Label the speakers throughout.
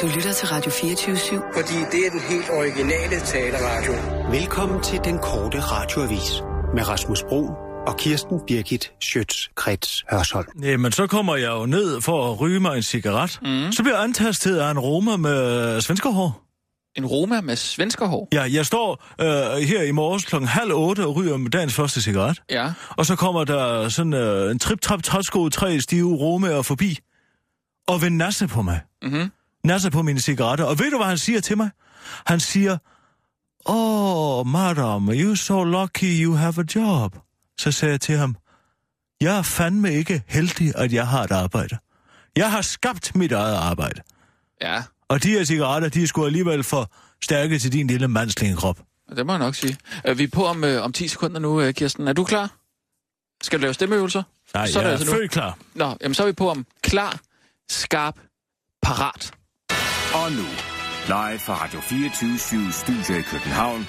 Speaker 1: Du lytter til Radio 24
Speaker 2: Fordi det er den helt originale taleradio.
Speaker 3: Velkommen til den korte radioavis med Rasmus Bro og Kirsten Birgit Schøtz-Krets Hørsholm.
Speaker 4: Jamen, så kommer jeg jo ned for at ryge mig en cigaret. Mm. Så bliver jeg antastet af en roma med svenskerhår.
Speaker 5: En Roma med svenskerhår.
Speaker 4: Ja, jeg står øh, her i morges klokken halv otte og ryger med dagens første cigaret.
Speaker 5: Ja.
Speaker 4: Og så kommer der sådan øh, en trip-trap træsko tre stive romaer forbi. Og vil nasse på mig.
Speaker 5: Mhm.
Speaker 4: Nasse på mine cigaretter. Og ved du, hvad han siger til mig? Han siger, Oh, madam, you so lucky you have a job. Så sagde jeg til ham, Jeg er fandme ikke heldig, at jeg har et arbejde. Jeg har skabt mit eget arbejde.
Speaker 5: Ja,
Speaker 4: Og de her cigaretter, de er sgu alligevel for stærke til din lille mandslige krop.
Speaker 5: og det må jeg nok sige. Øh, Vi er på om, øh, om 10 sekunder nu, øh, Kirsten. Er du klar? Skal du lave stemmeøvelser?
Speaker 4: Nej,
Speaker 5: så
Speaker 4: så
Speaker 5: er
Speaker 4: jeg
Speaker 5: det
Speaker 4: er
Speaker 5: altså nu.
Speaker 4: født klar.
Speaker 5: Nå, jamen så er vi på om klar, skarp, parat.
Speaker 6: Og nu, live fra Radio 24 Studio i København.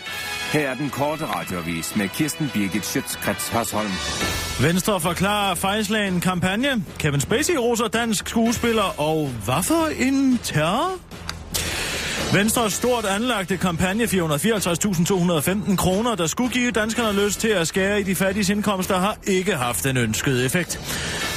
Speaker 6: Her er den korte radiovis med Kirsten Birgit Schøtzgrads Hasholm.
Speaker 4: Venstre forklarer fejlslagen kampagne. Kevin Spacey roser dansk skuespiller, og hvad for en terror? Venstres stort anlagte kampagne 454.215 kroner, der skulle give danskerne lyst til at skære i de fattiges indkomster, har ikke haft den ønskede effekt.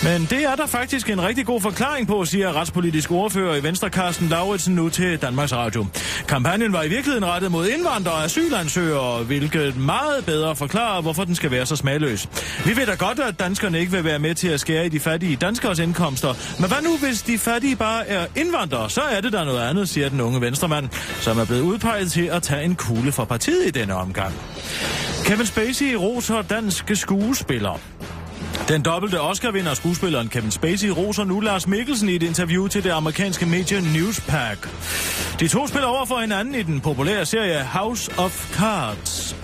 Speaker 4: Men det er der faktisk en rigtig god forklaring på, siger retspolitisk ordfører i Venstre Carsten Lauritsen nu til Danmarks Radio. Kampagnen var i virkeligheden rettet mod indvandrere og asylansøgere, hvilket meget bedre forklarer, hvorfor den skal være så smagløs. Vi ved da godt, at danskerne ikke vil være med til at skære i de fattige danskeres indkomster, men hvad nu, hvis de fattige bare er indvandrere? Så er det der noget andet, siger den unge venstremand, som er blevet udpeget til at tage en kugle fra partiet i denne omgang. Kevin Spacey roser danske skuespillere. Den dobbelte Oscar-vinder og skuespilleren Kevin Spacey roser nu Lars Mikkelsen i et interview til det amerikanske medie Newspack. De to spiller over for hinanden i den populære serie House of Cards.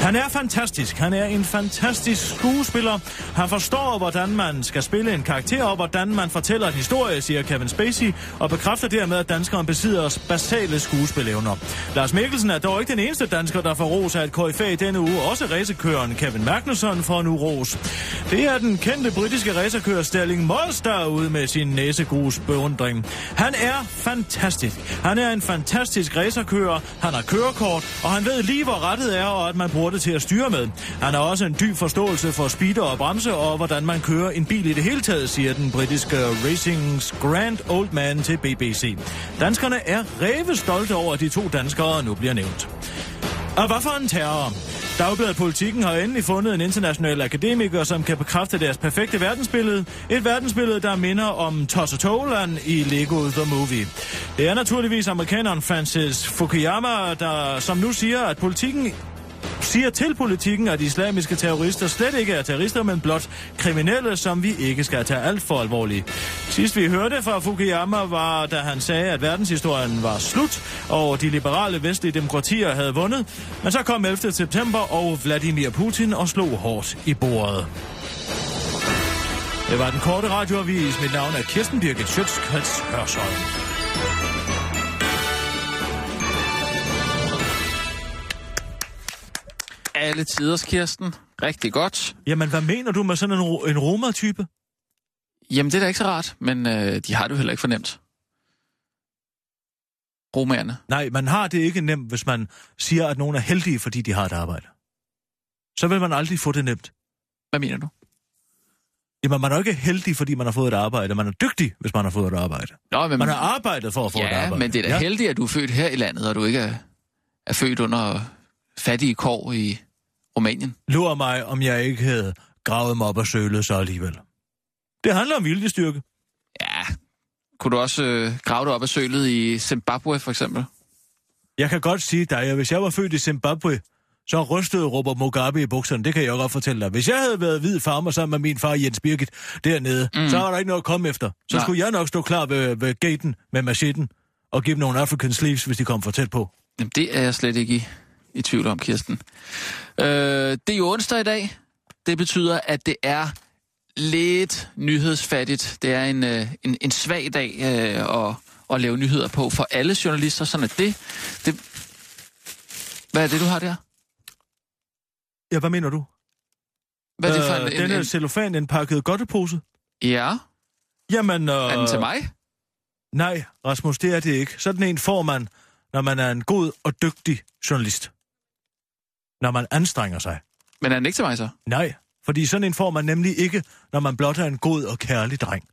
Speaker 4: Han er fantastisk. Han er en fantastisk skuespiller. Han forstår, hvordan man skal spille en karakter, og hvordan man fortæller en historie, siger Kevin Spacey, og bekræfter dermed, at danskeren besidder basale skuespilevner. Lars Mikkelsen er dog ikke den eneste dansker, der får ros af et KFA i denne uge. Også racerkøren Kevin Magnusson får nu ros. Det er den kendte britiske racerkører Sterling Moss, der er ude med sin næsegrus beundring. Han er fantastisk. Han er en fantastisk racerkører. Han har kørekort, og han ved lige, hvor rettet er, og at man bruger det til at styre med. Han har også en dyb forståelse for speeder og bremse, og hvordan man kører en bil i det hele taget, siger den britiske Racings Grand Old Man til BBC. Danskerne er revestolte over, at de to danskere nu bliver nævnt. Og hvad for en terror? Dagbladet Politikken har endelig fundet en international akademiker, som kan bekræfte deres perfekte verdensbillede. Et verdensbillede, der minder om Toland i Lego The Movie. Det er naturligvis amerikaneren Francis Fukuyama, der, som nu siger, at politikken siger til politikken, at islamiske terrorister slet ikke er terrorister, men blot kriminelle, som vi ikke skal tage alt for alvorligt. Sidst vi hørte fra Fukuyama var, da han sagde, at verdenshistorien var slut, og de liberale vestlige demokratier havde vundet. Men så kom 11. september, og Vladimir Putin og slog hårdt i bordet. Det var den korte radioavis. Mit navn er Kirsten Birgit Schøtzgrads Hørsholm.
Speaker 5: Alle tiders, Kirsten. Rigtig godt.
Speaker 4: Jamen, hvad mener du med sådan en, ro- en romer-type?
Speaker 5: Jamen, det er da ikke så rart, men øh, de har det jo heller ikke fornemt. Romerne.
Speaker 4: Nej, man har det ikke nemt, hvis man siger, at nogen er heldige, fordi de har et arbejde. Så vil man aldrig få det nemt.
Speaker 5: Hvad mener du?
Speaker 4: Jamen, man er jo ikke heldig, fordi man har fået et arbejde. Man er dygtig, hvis man har fået et arbejde.
Speaker 5: Nå, men,
Speaker 4: Man har arbejdet for at få et
Speaker 5: ja,
Speaker 4: arbejde.
Speaker 5: men det er da ja. heldigt, at du er født her i landet, og du ikke er, er født under fattige kår i Rumænien.
Speaker 4: Lurer mig, om jeg ikke havde gravet mig op og sølet så alligevel. Det handler om viljestyrke.
Speaker 5: Ja, kunne du også øh, grave dig op af sølet i Zimbabwe, for eksempel?
Speaker 4: Jeg kan godt sige dig, at hvis jeg var født i Zimbabwe, så rystede Robert Mugabe i bukserne. Det kan jeg godt fortælle dig. Hvis jeg havde været hvid farmer sammen med min far Jens Birgit dernede, mm. så var der ikke noget at komme efter. Så
Speaker 5: Nej.
Speaker 4: Nej. skulle jeg nok stå klar ved, ved gaten med machetten og give dem nogle African sleeves, hvis de kom for tæt på.
Speaker 5: Jamen, det er jeg slet ikke i, i tvivl om, Kirsten. Øh, det er jo onsdag i dag. Det betyder, at det er lidt nyhedsfattigt. Det er en, øh, en, en svag dag øh, at, at lave nyheder på for alle journalister. Sådan at det, det... Hvad er det, du har der?
Speaker 4: Ja, hvad mener du?
Speaker 5: Hvad er det for en...
Speaker 4: øh,
Speaker 5: en,
Speaker 4: denne
Speaker 5: en,
Speaker 4: cellofan indpakket godtepose?
Speaker 5: ja,
Speaker 4: Jamen, øh,
Speaker 5: er den til mig?
Speaker 4: Nej, Rasmus, det er det ikke. Sådan en får man, når man er en god og dygtig journalist. Når man anstrenger sig.
Speaker 5: Men er den ikke til mig så?
Speaker 4: Nej, fordi sådan en får man nemlig ikke, når man blot er en god og kærlig dreng.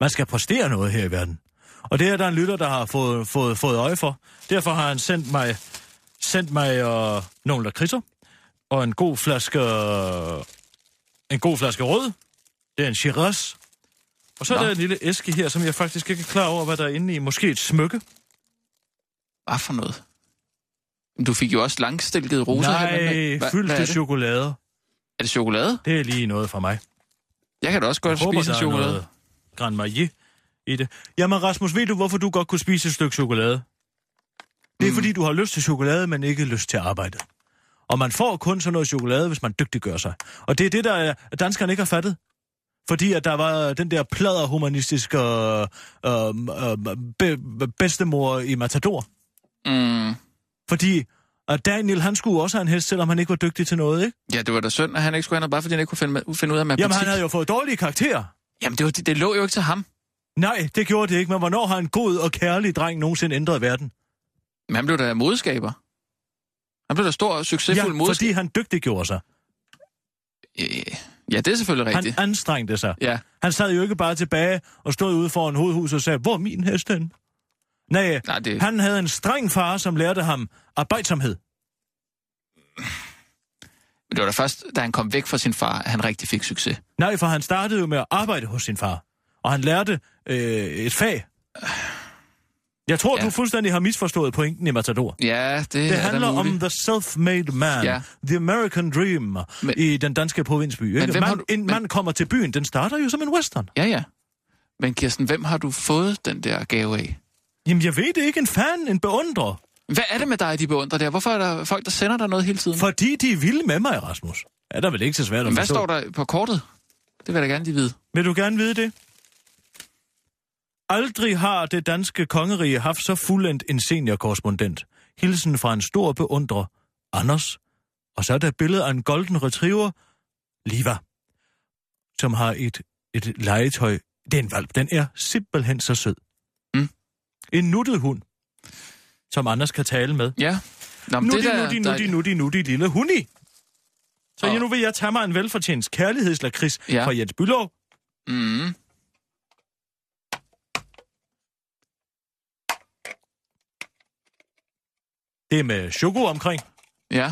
Speaker 4: Man skal præstere noget her i verden. Og det er der en lytter, der har fået, fået, fået øje for. Derfor har han sendt mig, sendt mig øh, nogle lakridser og en god flaske, øh, en god flaske rød. Det er en Shiraz. Og så Nå. er
Speaker 5: Nå.
Speaker 4: der en lille æske her, som jeg faktisk ikke er klar over, hvad der er inde i. Måske et smykke.
Speaker 5: Hvad for noget? Men Du fik jo også langstilkede roser. her den dag.
Speaker 4: Nej,
Speaker 5: Hva-
Speaker 4: fyldt
Speaker 5: hvad er
Speaker 4: til
Speaker 5: det?
Speaker 4: chokolade.
Speaker 5: Er det chokolade?
Speaker 4: Det er lige noget for mig.
Speaker 5: Jeg kan da også godt
Speaker 4: Jeg håber,
Speaker 5: spise en
Speaker 4: der er
Speaker 5: chokolade.
Speaker 4: noget Grand Marnier i det. Jamen Rasmus, ved du, hvorfor du godt kunne spise et stykke chokolade? Det er, mm. fordi du har lyst til chokolade, men ikke lyst til arbejdet. Og man får kun sådan noget chokolade, hvis man dygtiggør sig. Og det er det, der er, at danskerne ikke har fattet. Fordi at der var den der pladerhumanistiske øh, øh, øh, be, bedstemor i Matador.
Speaker 5: Mm.
Speaker 4: Fordi at Daniel, han skulle også have en hest, selvom han ikke var dygtig til noget, ikke?
Speaker 5: Ja, det var da synd, at han ikke skulle have noget, bare fordi han ikke kunne finde, med- finde ud af matematik.
Speaker 4: Jamen, han havde jo fået dårlige karakterer.
Speaker 5: Jamen det, var, det, det lå jo ikke til ham.
Speaker 4: Nej, det gjorde det ikke, men hvornår har en god og kærlig dreng nogensinde ændret verden?
Speaker 5: Men han blev da modskaber. Han blev da stor, succesfuld ja, modskaber.
Speaker 4: fordi han dygtiggjorde sig.
Speaker 5: Øh, Ja, det er selvfølgelig
Speaker 4: Han
Speaker 5: rigtigt. Han...
Speaker 4: anstrengte sig.
Speaker 5: Ja,
Speaker 4: Han sad jo ikke bare tilbage og stod ude foran hovedhuset og sagde, hvor er min hest hen? Nej,
Speaker 5: nej, det, han...
Speaker 4: han havde en streng far, som lærte ham arbejdsomhed.
Speaker 5: det var da først, da han kom væk fra sin far, at han rigtig fik succes.
Speaker 4: Nej, for han startede jo med at arbejde hos sin far. Og han lærte øh, et fag. Jeg tror, ja.
Speaker 5: Ja.
Speaker 4: du fuldstændig har misforstået pointen i Matador.
Speaker 5: Ja, det,
Speaker 4: Det
Speaker 5: er da
Speaker 4: handler om
Speaker 5: muligt.
Speaker 4: the self-made man,
Speaker 5: Ja.
Speaker 4: the American dream men,
Speaker 5: Men-
Speaker 4: i den danske provinsby. Ikke? man,
Speaker 5: hvem har du-
Speaker 4: en
Speaker 5: men-
Speaker 4: mand kommer til byen, den starter jo som en western.
Speaker 5: Ja, ja. Men Kirsten, hvem har du fået den der gave af?
Speaker 4: Jamen, jeg ved det ikke. En fan, en beundrer.
Speaker 5: Hvad er det med dig, de beundrer der? Hvorfor er der folk, der sender dig noget hele tiden? For...
Speaker 4: Fordi de er vilde med mig, Rasmus. Er der vel ikke så svært at
Speaker 5: Hvad
Speaker 4: forstå?
Speaker 5: står der på kortet? Det vil jeg da gerne lige vide.
Speaker 4: Vil du gerne vide det? Aldrig har det danske kongerige haft så fuldendt en seniorkorrespondent. Hilsen fra en stor beundrer, Anders. Og så er der et billede af en golden retriever, Liva, som har et, et legetøj. Det er en valp. Den er simpelthen så sød.
Speaker 5: Mm.
Speaker 4: En nuttet hund, som Anders kan tale med.
Speaker 5: Ja. Nå, men
Speaker 4: Nutti,
Speaker 5: det der,
Speaker 4: nutti,
Speaker 5: der...
Speaker 4: nutti, nutti, nutti, lille hundi. Så
Speaker 5: Og-
Speaker 4: jeg nu vil jeg tage mig en velfortjent kærlighedslakrids
Speaker 5: Ja.
Speaker 4: ja. fra Jens Bylov.
Speaker 5: Mm.
Speaker 4: Det er med choco omkring.
Speaker 5: Ja.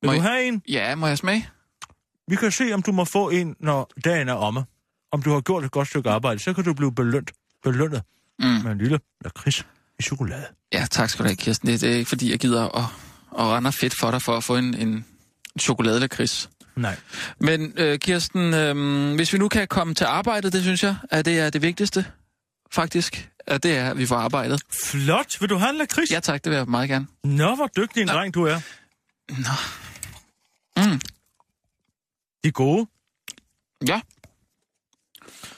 Speaker 4: Vil du
Speaker 5: Må jeg-
Speaker 4: have en?
Speaker 5: ja, må jeg smage?
Speaker 4: Vi kan se, om du må få en, når dagen er omme. Om du har gjort et godt stykke arbejde, så kan du blive belønt, belønnet
Speaker 5: Mm.
Speaker 4: med en lille lakrids i chokolade.
Speaker 5: Ja, tak skal du have, Kirsten. Det, det er ikke, fordi jeg gider at, at rende fedt for dig for at få en, en chokoladekris.
Speaker 4: Nej.
Speaker 5: Men øh, Kirsten, øh, hvis vi nu kan komme til arbejdet, det synes jeg, at det er det vigtigste, faktisk. At det er, at vi får arbejdet.
Speaker 4: Flot! Vil du have en lakrids?
Speaker 5: Ja tak, det vil jeg meget gerne.
Speaker 4: Nå, hvor dygtig en dreng du er. Nå.
Speaker 5: Mm.
Speaker 4: De er gode.
Speaker 5: Ja.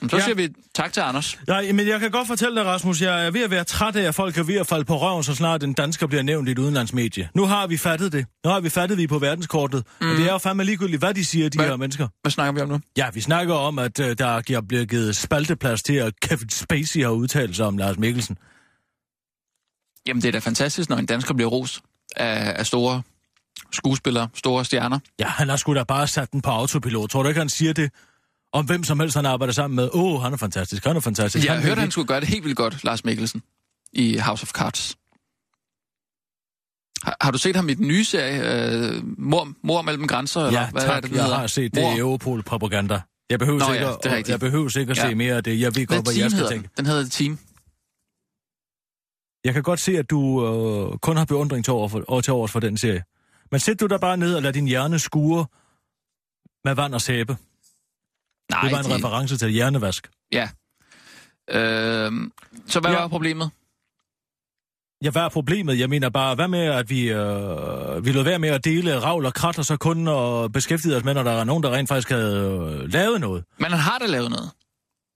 Speaker 5: Jamen, Så
Speaker 4: Ja.
Speaker 5: ja. siger vi tak til Anders.
Speaker 4: Nej, men jeg kan godt fortælle dig, Rasmus, jeg er ved at være træt af, at folk er ved at falde på røven, så snart en dansker bliver nævnt i et udenlandsmedie. Nu har vi fattet det. Nu har vi fattet, at vi er på verdenskortet. Mm. Og det er jo fandme ligegyldigt, hvad de siger, de
Speaker 5: Hvad?
Speaker 4: her mennesker.
Speaker 5: Hvad snakker vi om nu?
Speaker 4: Ja, vi snakker om, at øh, der er blevet givet spalteplads til, at Kevin Spacey har udtalt sig om Lars Mikkelsen.
Speaker 5: Jamen, det er da fantastisk, når en dansker bliver rost af, af store skuespillere, store stjerner.
Speaker 4: Ja, han har sgu da bare sat den på autopilot. Tror du ikke, han siger det om hvem som helst, han arbejder sammen med? Åh, oh, han er fantastisk, han er fantastisk.
Speaker 5: Jeg
Speaker 4: han
Speaker 5: har hørt, at han skulle gøre det helt vildt godt, Lars Mikkelsen, i House of Cards. Har, har du set ham i den nye serie, øh, Mor, Mor mellem grænser? eller
Speaker 4: Ja,
Speaker 5: hvad er
Speaker 4: tak,
Speaker 5: det, den
Speaker 4: jeg
Speaker 5: hedder?
Speaker 4: har set det
Speaker 5: Mor.
Speaker 4: i Europol-propaganda. Jeg behøver
Speaker 5: Nå
Speaker 4: sikkert
Speaker 5: ja, det er
Speaker 4: at-
Speaker 5: rigtigt.
Speaker 4: jeg behøver sikkert at se
Speaker 5: Ja.
Speaker 4: mere af det. Jeg ved
Speaker 5: Hvad
Speaker 4: godt, hvad
Speaker 5: team
Speaker 4: jeg skal
Speaker 5: hedder den?
Speaker 4: tænke.
Speaker 5: Den hedder Team.
Speaker 4: Jeg kan godt se, at du øh, kun har beundring til over for, over til overs for den serie. Men sæt du dig bare ned og lad din hjerne skure med vand og sæbe.
Speaker 5: Nej,
Speaker 4: det var en
Speaker 5: de-
Speaker 4: reference til hjernevask.
Speaker 5: Ja. Øh, så hvad
Speaker 4: Ja.
Speaker 5: var problemet?
Speaker 4: Ja, hvad er problemet? Jeg mener bare, hvad med, at vi, øh, vi lod være med at dele ravl og krat, og så kun og beskæftigede os med, når der er nogen, der rent faktisk havde øh, lavet noget?
Speaker 5: Men han har da lavet noget.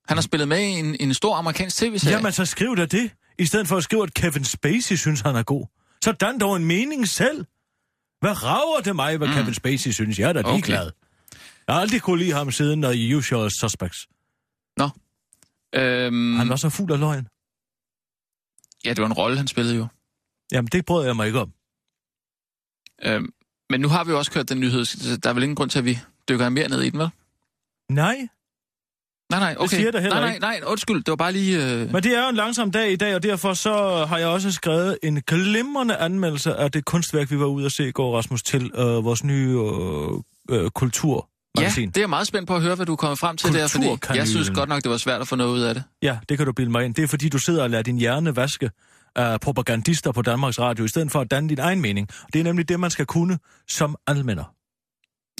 Speaker 5: Han har spillet med i en, en stor amerikansk
Speaker 4: Ja.
Speaker 5: tv-serie.
Speaker 4: Jamen, så skriv da det, i stedet for at skrive, at Kevin Spacey synes, han er god. Så dan dog en mening selv. Hvad rager det mig, hvad mm. Kevin Spacey synes? Jeg er da
Speaker 5: Okay.
Speaker 4: ligeglad. Jeg har aldrig kunne lide ham siden, når i Usual Suspects.
Speaker 5: Øhm,
Speaker 4: Han var så fuld af løgn.
Speaker 5: Ja, det var en rolle, han spillede jo.
Speaker 4: Jamen, det brød jeg mig ikke om.
Speaker 5: Øhm, men nu har vi jo også kørt den nyhed, så der er vel ingen grund til, at vi dykker mere ned i den, vel?
Speaker 4: Nej,
Speaker 5: Nej, nej, okay.
Speaker 4: siger der heller
Speaker 5: nej, nej,
Speaker 4: ikke.
Speaker 5: nej, undskyld, det var bare lige... Øh...
Speaker 4: men det er jo en langsom dag i dag, og derfor så har jeg også skrevet en glimrende anmeldelse af det kunstværk, vi var ude at se i går, Rasmus, til øh, vores nye øh, øh,
Speaker 5: Ja,
Speaker 4: kulturmagasin.
Speaker 5: det er jeg meget spændt på at høre, hvad du kommer frem til der, fordi jeg
Speaker 4: Kulturkanalen.
Speaker 5: synes godt nok, det var svært at få noget ud af det.
Speaker 4: Ja, det kan du bilde mig ind. Det er fordi, du sidder og lader din hjerne vaske af propagandister på Danmarks Radio, i stedet for at danne din egen mening. Det er nemlig det, man skal kunne som almænder.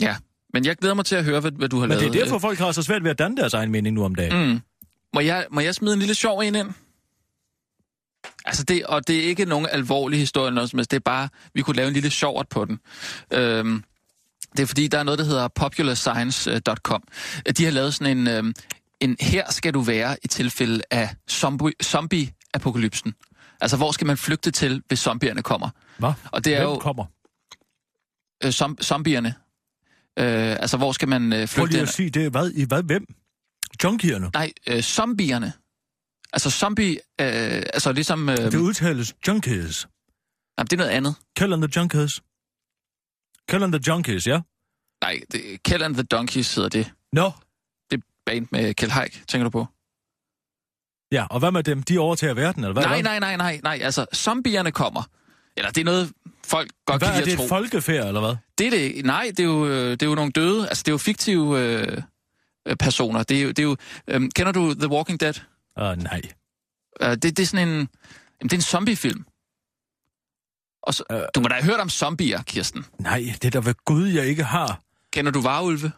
Speaker 5: Ja, men jeg glæder mig til at høre, hvad, hvad du har
Speaker 4: Men
Speaker 5: lavet.
Speaker 4: det er derfor, folk har så svært ved at danne deres egen mening nu om dagen.
Speaker 5: Mm. Må, jeg, må jeg smide en lille sjov en ind? Altså det, og det er ikke nogen alvorlig historie eller noget som helst. Det er bare, vi kunne lave en lille sjovert på den. Øhm, det er fordi, der er noget, der hedder popularscience.com. Øh, De har lavet sådan en, øhm, en her skal du være i tilfælde af zombie, zombie-apokalypsen. Altså, hvor skal man flygte til, hvis zombierne kommer?
Speaker 4: Hvad?
Speaker 5: Og det er
Speaker 4: Hvem
Speaker 5: jo-
Speaker 4: kommer?
Speaker 5: Øh, som, zombierne. Øh, altså, hvor skal man øh,
Speaker 4: Prøv
Speaker 5: flygte
Speaker 4: lige
Speaker 5: hen?
Speaker 4: at sige det. Hvad? I hvad? Hvem? Junkierne.
Speaker 5: Nej, øh, zombierne. Altså zombie, øh, altså ligesom... Øh,
Speaker 4: Det udtales junkies.
Speaker 5: nej, det er noget andet.
Speaker 4: Kill and the junkies. Kill and the junkies, ja?
Speaker 5: Nej, det, Kjell and the Donkeys hedder det.
Speaker 4: Nå. No.
Speaker 5: Det er band med Kjell Haik, tænker du på?
Speaker 4: Ja, og hvad med dem? De overtager verden, eller hvad?
Speaker 5: nej, nej, nej, nej, nej, altså zombierne kommer. Eller det er noget, folk godt
Speaker 4: Hvad
Speaker 5: kan
Speaker 4: er
Speaker 5: lide
Speaker 4: det,
Speaker 5: at tro.
Speaker 4: et folkefærd, eller hvad?
Speaker 5: Det er det ikke. Nej, det er jo, øh, det er jo nogle døde, altså det er jo fiktive øh, øh, personer. Det er jo, det er jo øhm, kender du The Walking Dead?
Speaker 4: Uh, nej.
Speaker 5: Øh, det, det er sådan en, jamen, det er en zombiefilm. Og så,
Speaker 4: Øh.
Speaker 5: du må da have hørt om zombier, Kirsten.
Speaker 4: Nej, det er da ved Gud, jeg ikke har.
Speaker 5: Kender du varulve?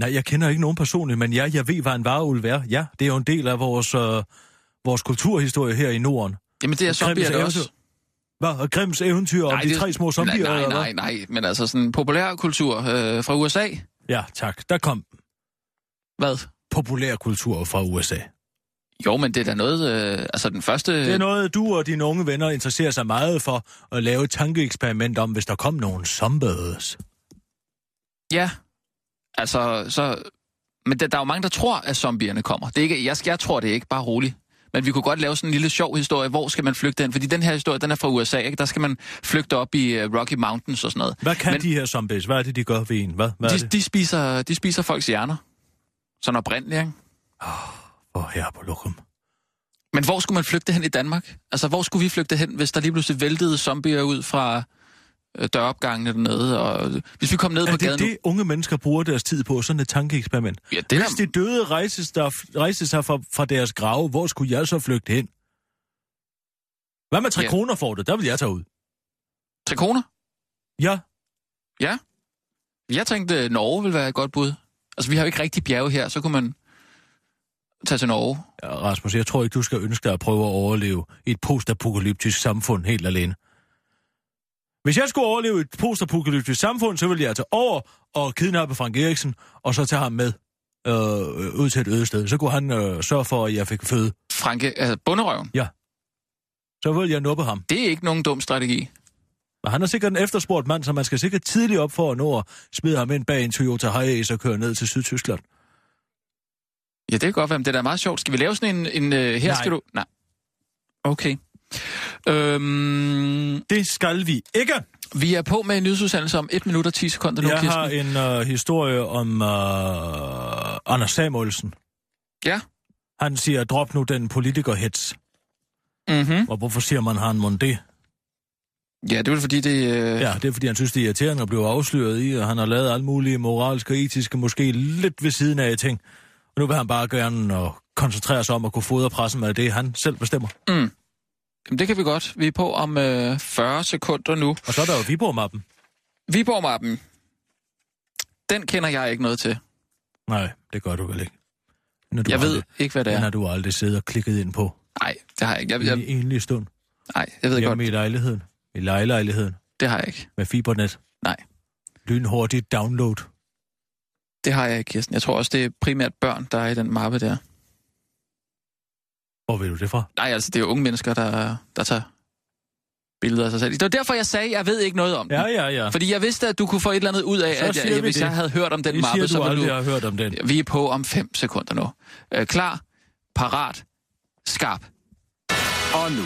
Speaker 4: Nej, jeg kender ikke nogen personligt, men ja, jeg ved, hvad en vareulv er. Ja, det er jo en del af vores, øh, vores kulturhistorie her i Norden.
Speaker 5: Jamen det er zombier det også.
Speaker 4: Hvad? Og Grimms eventyr om de tre små zombier,
Speaker 5: nej, nej,
Speaker 4: eller
Speaker 5: nej,
Speaker 4: hvad?
Speaker 5: nej, men altså sådan populærkultur øh, fra USA.
Speaker 4: Ja, tak. Der kom
Speaker 5: Hvad?
Speaker 4: populærkultur fra USA.
Speaker 5: Øh. Jo, men det er da noget, øh, altså den første...
Speaker 4: Det er noget, du og dine unge venner interesserer sig meget for at lave et tankeeksperiment om, hvis der kom nogen zombies.
Speaker 5: Ja, altså så... Men der, der er jo mange, der tror, at zombierne kommer. Det er ikke, jeg, jeg tror det ikke, bare roligt. Men vi kunne godt lave sådan en lille sjov historie, hvor skal man flygte hen? Fordi den her historie, den er fra USA, ikke? Der skal man flygte op i øh, Rocky Mountains og sådan noget.
Speaker 4: Hvad kan
Speaker 5: Men-
Speaker 4: men... de her zombies? Hvad er det, de gør ved en? Hvad, hvad de... er
Speaker 5: de,
Speaker 4: det?
Speaker 5: de, spiser, de spiser folks hjerner. Sådan oprindeligt, ikke?
Speaker 4: Åh, herre på lokum.
Speaker 5: Men hvor skulle man flygte hen i Danmark? Altså, hvor skulle vi flygte hen, hvis der lige pludselig væltede zombier ud fra øh, døropgangene dernede? Og, øh, hvis vi kom ned
Speaker 4: Er
Speaker 5: på gaden
Speaker 4: det det, unge mennesker bruger deres tid på, sådan et tankeeksperiment?
Speaker 5: nu... Ja, det er,
Speaker 4: Hvis de døde rejste, der, rejste sig fra, fra deres grave, hvor skulle jeg så flygte hen? Hvad med tre
Speaker 5: Ja.
Speaker 4: ja. kroner for det? Der vil jeg tage ud.
Speaker 5: tre kroner.
Speaker 4: Ja,
Speaker 5: Jeg tænkte, at Norge ville være et godt bud. Altså, vi har jo ikke rigtig bjerge her, så kunne man tage til Norge.
Speaker 4: Ja, Rasmus, jeg tror ikke, du skal ønske dig at prøve at overleve i et postapokalyptisk samfund helt alene. Hvis jeg skulle overleve i et postapokalyptisk samfund, så ville jeg tage over og kidnappe Frank Eriksen, og så tage ham med øh, øh, ud til et øde sted. Så kunne han øh, sørge for, at jeg fik føde.
Speaker 5: Franke, altså bunderøven,
Speaker 4: Så ville jeg nuppe ham.
Speaker 5: det er ikke nogen dum strategi.
Speaker 4: Og han er sikkert en efterspurgt mand, så man skal sikkert tidligt op for at nå at smide ham ind bag en Toyota Hiace og køre ned til Sydtyskland.
Speaker 5: Ja, det kan godt være, men det er da meget sjovt. Skal vi lave sådan en... en øh, her
Speaker 4: Nej.
Speaker 5: skal du... Nej. Okay. Øhm,
Speaker 4: Det skal vi ikke.
Speaker 5: vi er på med en nyhedsudsendelse om 1 minut og 10 sekunder nu,
Speaker 4: Jeg
Speaker 5: Kirsten.
Speaker 4: har en øh, historie om øh, Anders Samuelsen.
Speaker 5: Ja.
Speaker 4: Han siger, drop nu den politikerhets.
Speaker 5: Mm-hmm.
Speaker 4: Og hvorfor siger man, han mon det?
Speaker 5: Ja, det er vel fordi, det... Øh...
Speaker 4: Ja, det er, fordi han synes, det er irriterende at blive afsløret i, og han har lavet alle mulige moralske og etiske, måske lidt ved siden af ting. Og nu vil han bare gerne og koncentrere sig om at kunne fodre pressen med det, han selv bestemmer.
Speaker 5: Jamen, det kan vi godt. Vi er på om øh, 40 sekunder nu.
Speaker 4: Og så er der jo Viborg-mappen.
Speaker 5: Viborg-mappen. Den kender jeg ikke noget til.
Speaker 4: Nej, det gør du vel ikke. Den er du
Speaker 5: Jeg ved
Speaker 4: aldrig,
Speaker 5: ikke, hvad det
Speaker 4: Den
Speaker 5: er.
Speaker 4: har du aldrig siddet og klikket ind på
Speaker 5: Nej, det har jeg ikke. Jeg,
Speaker 4: jeg... i
Speaker 5: jeg,
Speaker 4: en enlig stund.
Speaker 5: nej, jeg ved godt,
Speaker 4: Hjemme i lejligheden. I lejligheden.
Speaker 5: det har jeg ikke.
Speaker 4: Med fibernet.
Speaker 5: Nej.
Speaker 4: Lynhurtigt download.
Speaker 5: Det har jeg ikke, Kirsten. Jeg tror også, det er primært børn, der er i den mappe der.
Speaker 4: Hvor ved du det fra?
Speaker 5: Nej, altså, det er jo unge mennesker, der, der tager billeder af sig selv. Det var derfor, jeg sagde, at jeg ved ikke noget om den.
Speaker 4: Ja, ja, ja.
Speaker 5: Fordi jeg vidste, at du kunne få et eller andet ud af,
Speaker 4: Så
Speaker 5: at jeg,
Speaker 4: siger vi
Speaker 5: hvis
Speaker 4: det.
Speaker 5: jeg havde hørt om den
Speaker 4: det
Speaker 5: mappe,
Speaker 4: siger
Speaker 5: så
Speaker 4: du
Speaker 5: ville
Speaker 4: aldrig,
Speaker 5: du...
Speaker 4: jeg har hørt om den.
Speaker 5: Vi er på om 5 sekunder nu. Øh, klar, parat, skarp.
Speaker 6: Og nu,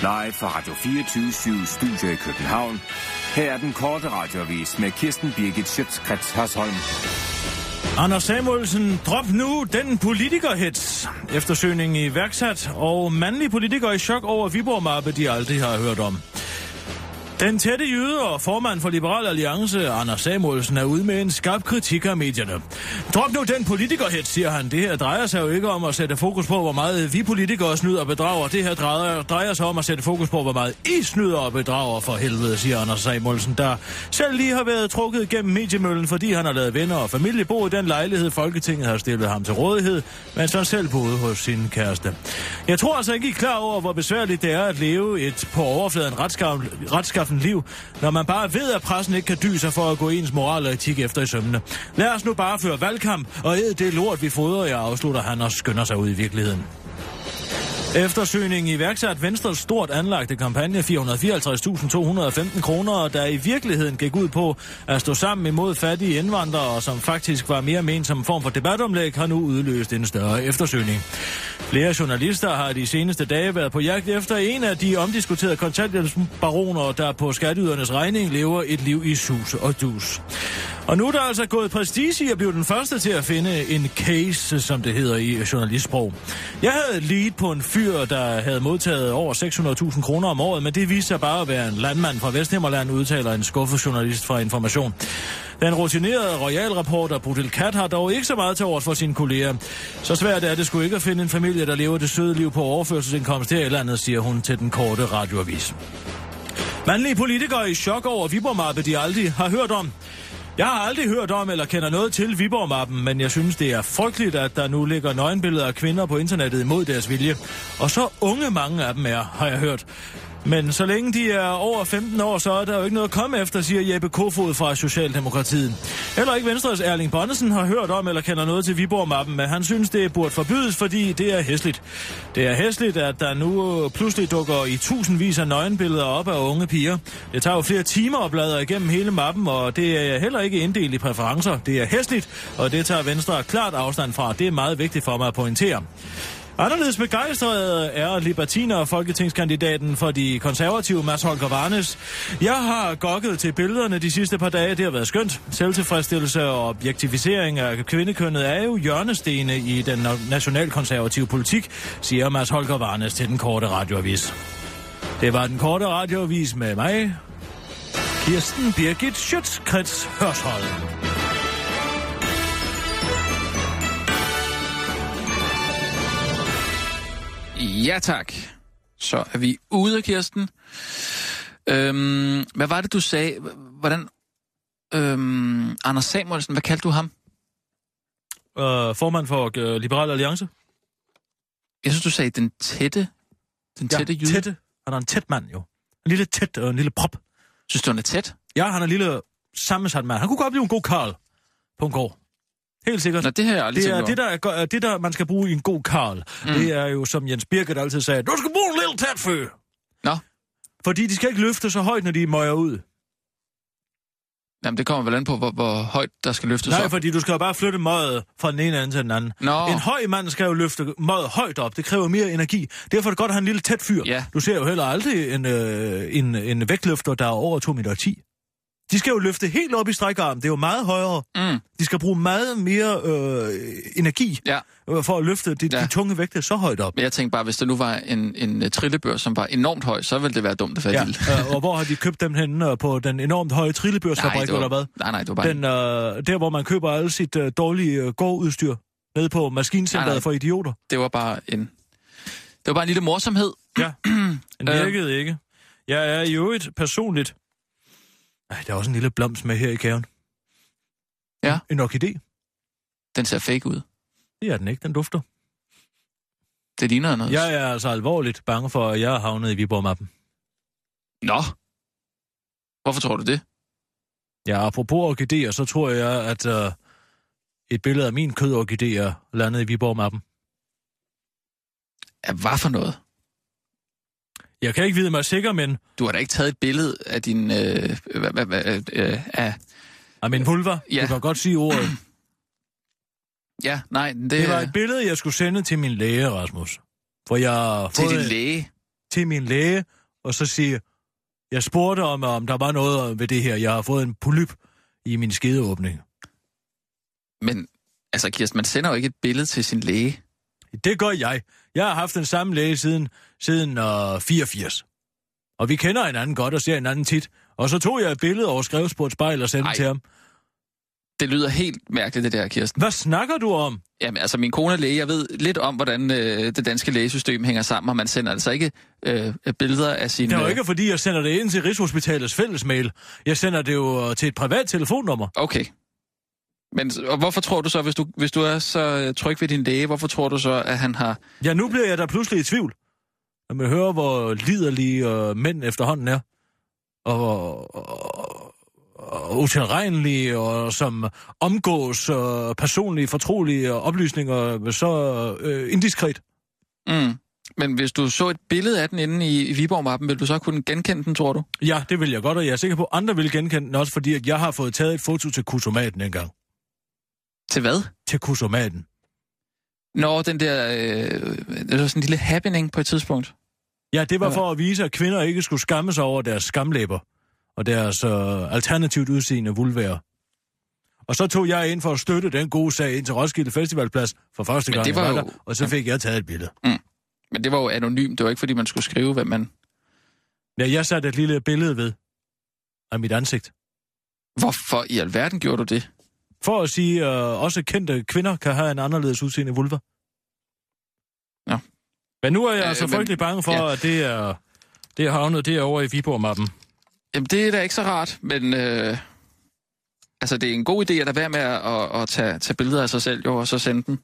Speaker 6: live fra Radio 24 Studio i København. Her er den korte radiovis med Kirsten Birgit Schøtzgrads Hasholm.
Speaker 4: Anders Samuelsen, drop nu den politikerhets. Eftersøgningen iværksat, og mandlige politikere i chok over Viborg-mappe, de aldrig har hørt om. Den tætte jyde og formand for Liberal Alliance, Anders Samuelsen, er ude med en skarp kritik af medierne. Drop nu den politikerhets, siger han. Det her drejer sig jo ikke om at sætte fokus på, hvor meget vi politikere snyder og bedrager. Det her drejer, drejer sig om at sætte fokus på, hvor meget I snyder og bedrager for helvede, siger Anders Samuelsen, der selv lige har været trukket gennem mediemøllen, fordi han har lavet venner og familie bo i den lejlighed, Folketinget har stillet ham til rådighed, mens han selv boede hos sin kæreste. Jeg tror altså ikke, I er klar over, hvor besværligt det er at leve et på overfladen retskaf- retskaffen liv, når man bare ved, at pressen ikke kan dy sig for at gå ens moral og etik efter i sømmene. Lad os nu bare føre valgkamp og æd det lort, vi fodrer jer, afslutter han og skynder sig ud i virkeligheden. Eftersøgningen iværksatte Venstres stort anlagte kampagne 454.215 kroner, der i virkeligheden gik ud på at stå sammen imod fattige indvandrere, og som faktisk var mere ment som en form for debatomlæg, har nu udløst en større eftersøgning. Flere journalister har de seneste dage været på jagt efter en af de omdiskuterede kontanthjælpsbaroner, der på skatteydernes regning lever et liv i sus og dus. Og nu er der altså gået prestige i at blive den første til at finde en case, som det hedder i journalistsprog. Jeg havde lead på en fyr, der havde modtaget over 600.000 kroner om året, men det viste sig bare at være en landmand fra Vesthimmerland, udtaler en skuffet journalist fra Information. Den rutinerede royalreporter Bodil Kat har dog ikke så meget til overs for sine kolleger. Så svært er det sgu ikke at finde en familie, der lever det søde liv på overførselsindkomst her i landet, siger hun til den korte radioavis. Mandlige politikere i chok over Viborg-mappe, de aldrig har hørt om. Jeg har aldrig hørt om eller kender noget til Viborg-mappen, men jeg synes, det er frygteligt, at der nu ligger nøgenbilleder af kvinder på internettet imod deres vilje. Og så unge mange af dem er, har jeg hørt. Men så længe de er over 15 år, så er der jo ikke noget at komme efter, siger Jeppe Kofod fra Socialdemokratiet. Heller ikke Venstres Erling Bonnesen har hørt om eller kender noget til Viborg-mappen, men han synes, det burde forbydes, fordi det er hæsligt. Det er hæsligt, at der nu pludselig dukker i tusindvis af nøgenbilleder op af unge piger. Det tager jo flere timer at bladre igennem hele mappen, og det er heller ikke inddelt i præferencer. Det er hæsligt, og det tager Venstre klart afstand fra. Det er meget vigtigt for mig at pointere. Anderledes begejstret er Libertiner og folketingskandidaten for de konservative, Mads Holger Varnes. Jeg har gokket til billederne de sidste par dage, det har været skønt. Selvtilfredsstillelse og objektivisering af kvindekønnet er jo hjørnestene i den nationalkonservative politik, siger Mads Holger Varnes til den korte radioavis. Det var den korte radioavis med mig, Kirsten Birgit Schøtzgrads Hørsholm.
Speaker 5: Ja tak. Så er vi ude af Kirsten. Øhm, hvad var det, du sagde? H- Hvordan... Øhm, Anders Samuelsen, hvad kaldte du ham?
Speaker 4: Øh, formand for øh, Liberal Alliance.
Speaker 5: Jeg synes, du sagde den tætte... Den tætte jyde.
Speaker 4: tætte. Han er en tæt mand, jo. En lille tæt og en lille prop.
Speaker 5: Synes du, han er tæt?
Speaker 4: Ja, han er en lille sammensat mand. Han kunne godt blive en god karl på en gård. Helt sikkert.
Speaker 5: Nå, det ligesom har jeg aldrig
Speaker 4: det
Speaker 5: tænkt
Speaker 4: er
Speaker 5: over.
Speaker 4: det, der, er, go- er det, der man skal bruge i en god karl. Mm. Det er jo, som Jens Birgit altid sagde, du skal bruge en lille tæt fø.
Speaker 5: Nå,
Speaker 4: Fordi de skal ikke løfte så højt, når de møjer ud.
Speaker 5: Jamen, det kommer vel an på, hvor, hvor højt der skal løftes
Speaker 4: Nej,
Speaker 5: op.
Speaker 4: fordi du skal jo bare flytte møjet fra den ene ende til den anden.
Speaker 5: Nå.
Speaker 4: En høj mand skal jo løfte møjet højt op. Det kræver mere energi. Derfor er det godt at have en lille tæt fyr.
Speaker 5: Ja.
Speaker 4: Du ser jo heller aldrig en, øh, en, en vægtløfter, der er over 2,10 meter. De skal jo løfte helt op i strækarmen. Det er jo meget højere.
Speaker 5: Mm.
Speaker 4: De skal bruge meget mere øh, energi
Speaker 5: Ja,
Speaker 4: øh, for at løfte de, ja.
Speaker 5: Ja.
Speaker 4: de tunge vægte så højt op.
Speaker 5: men jeg tænkte bare, hvis der nu var en, en øh, trillebør, som var enormt høj, så ville det være dumt at falde
Speaker 4: Ja,
Speaker 5: ja. Nej,
Speaker 4: øh, og hvor har de købt dem henne? Øh, På den enormt høje trillebørsfabrik,
Speaker 5: det var,
Speaker 4: eller hvad?
Speaker 5: nej, nej, det var bare...
Speaker 4: Den, øh, der, hvor man køber alt sit øh, dårlige øh, gårdudstyr nede på
Speaker 5: Nej,
Speaker 4: maskincenteret
Speaker 5: nej.
Speaker 4: for idioter.
Speaker 5: det var bare en... Det var bare en lille morsomhed.
Speaker 4: Ja, den
Speaker 5: Øh.
Speaker 4: virkede ikke. Jeg er i øvrigt personligt... Ej, der er også en lille blomst med her i kaven.
Speaker 5: Ja.
Speaker 4: En orkidé.
Speaker 5: Den ser fake ud.
Speaker 4: Det er den ikke, den dufter.
Speaker 5: Det ligner noget.
Speaker 4: Jeg er altså alvorligt bange for, at jeg er havnet i Viborg-mappen.
Speaker 5: Nå. Hvorfor tror du det?
Speaker 4: Ja, apropos orkidéer, så tror jeg, at øh, et billede af min kødorkidé er landet i Viborg-mappen.
Speaker 5: Ja, hvad for noget?
Speaker 4: Jeg kan ikke vide mig sikker, men
Speaker 5: Du har da ikke taget et billede af din... Øh, hva, hva, hva, øh, af,
Speaker 4: af min ah, vulva. Ja.
Speaker 5: Ja.
Speaker 4: Du kan godt sige ordet.
Speaker 5: ja, nej, det,
Speaker 4: Det var et billede, jeg skulle sende til min læge, Rasmus. For jeg har
Speaker 5: til
Speaker 4: fået
Speaker 5: din læge.
Speaker 4: til min læge og så sige, jeg spurgte om, om der var noget ved det her. Jeg har fået en polyp i min skedeåbning.
Speaker 5: Men altså, Kirsten, man sender jo ikke et billede til sin læge.
Speaker 4: Det gør jeg. Jeg har haft den samme læge siden, siden øh, 84. Og vi kender hinanden godt og ser hinanden tit. Og så tog jeg et billede og skrev på et spejl og sendte
Speaker 5: Ej.
Speaker 4: Ej. til ham.
Speaker 5: Det lyder helt mærkeligt, det der, Kirsten.
Speaker 4: Hvad snakker du om?
Speaker 5: Jamen, altså, min kone er læge. Jeg ved lidt om, hvordan øh, det danske lægesystem hænger sammen, og man sender altså ikke øh, billeder af øh, sine...
Speaker 4: Det er jo ikke, fordi jeg sender det ind til Rigshospitalets fællesmail. Jeg sender det jo øh, til et privat telefonnummer.
Speaker 5: Okay. Men s- og hvorfor tror du så, hvis du, hvis du er så øh, tryg ved din læge, hvorfor tror du så, at han har...
Speaker 4: Ja, nu bliver jeg da pludselig i tvivl. Når man hører, hvor liderlige øh, mænd efterhånden er. Og, og, og, og utilregnelige, og som omgås øh, personlige, fortrolige oplysninger så øh, indiskret.
Speaker 5: Mm. Men hvis du så et billede af den inde i, i Viborg-mappen, vil du så kunne genkende den, tror du?
Speaker 4: Ja, det vil jeg godt, og jeg er sikker på, at andre vil genkende den også, fordi at jeg har fået taget et foto til kusomaten engang.
Speaker 5: Til hvad?
Speaker 4: Til kusomaten.
Speaker 5: Nå, den der... Øh, det var sådan en lille happening på et tidspunkt.
Speaker 4: Ja, det var
Speaker 5: Ja.
Speaker 4: for at vise, at kvinder ikke skulle skamme sig over deres skamlæber og deres øh, alternativt udseende vulværer. Og så tog jeg ind for at støtte den gode sag ind til Roskilde Festivalplads for første
Speaker 5: Men
Speaker 4: gang,
Speaker 5: det
Speaker 4: det var jeg
Speaker 5: var
Speaker 4: var
Speaker 5: jo-
Speaker 4: der, og så fik jeg taget et billede.
Speaker 5: Men det var jo anonymt. Det var ikke, fordi man skulle skrive, hvad man...
Speaker 4: Ja, jeg satte et lille billede ved af mit ansigt.
Speaker 5: Hvorfor i alverden gjorde du det?
Speaker 4: For at sige, øh, også kendte kvinder kan have en anderledes udseende vulva.
Speaker 5: Nå.
Speaker 4: Men nu er jeg
Speaker 5: Øh,
Speaker 4: øh, så
Speaker 5: men-
Speaker 4: frygtelig bange for,
Speaker 5: ja.
Speaker 4: ja. at det er, det er havnet derovre i Viborg-mappen.
Speaker 5: Jamen, det er da ikke så rart, men... Øh, altså, det er en god idé at lade være med at, at, at tage, tage billeder af sig selv, jo, og så sende dem.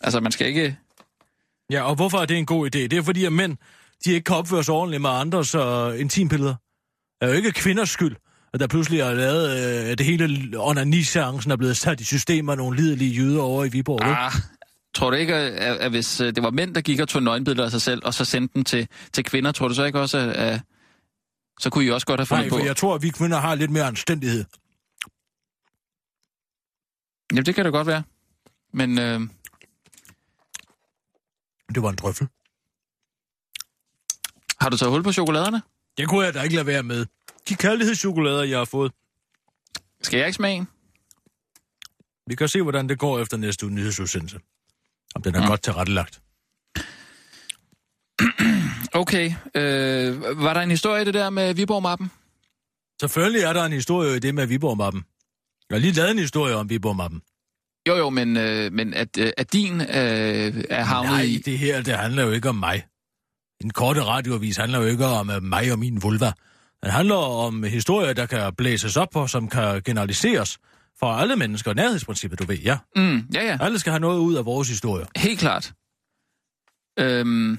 Speaker 5: Altså, man skal ikke...
Speaker 4: Ja, og hvorfor er det en god idé? Det er fordi, at mænd de ikke kan opføre sig ordentligt med andres øh, intimbilleder. Det er jo ikke kvinders skyld, at der pludselig er lavet, øh, at det hele onaniseancen er blevet sat i system af nogle lidelige jyder over i Viborg. Ah.
Speaker 5: Ah, tror du ikke, at, at hvis øh, det var mænd, der gik og tog nøgenbilleder af sig selv, og så sendte dem til, til kvinder, tror du så ikke også, at, at så kunne I også godt have fundet
Speaker 4: Nej,
Speaker 5: på...
Speaker 4: for jeg tror, at vi kvinder har lidt mere anstændighed.
Speaker 5: Jamen, det kan det godt være. Men øh,
Speaker 4: Det var en drøffel.
Speaker 5: har du taget hul på chokoladerne?
Speaker 4: Det kunne jeg da ikke lade være med. De kærlighedschokolader, jeg har fået.
Speaker 5: Skal jeg ikke smage en?
Speaker 4: Vi kan se, hvordan det går efter næste uge nyhedsudsendelse. Om den er mm. godt tilrettelagt.
Speaker 5: Okay. Øh, var der en historie i det der med Viborg-mappen?
Speaker 4: Selvfølgelig er der en historie i det med Viborg-mappen. Jeg har lige lavet en historie om Viborg-mappen.
Speaker 5: Jo, jo, men, øh, men at, øh, at din øh, er havnet
Speaker 4: Nej,
Speaker 5: i...
Speaker 4: det her, det handler jo ikke om mig. En korte radioavis handler jo ikke om øh, mig og min vulva. Den handler om historier, der kan blæses op på, som kan generaliseres for alle mennesker. Nærhedsprincippet, du ved, ja.
Speaker 5: Mm, ja, ja,
Speaker 4: Alle skal have noget ud af vores historier.
Speaker 5: helt klart. Øhm, jamen, det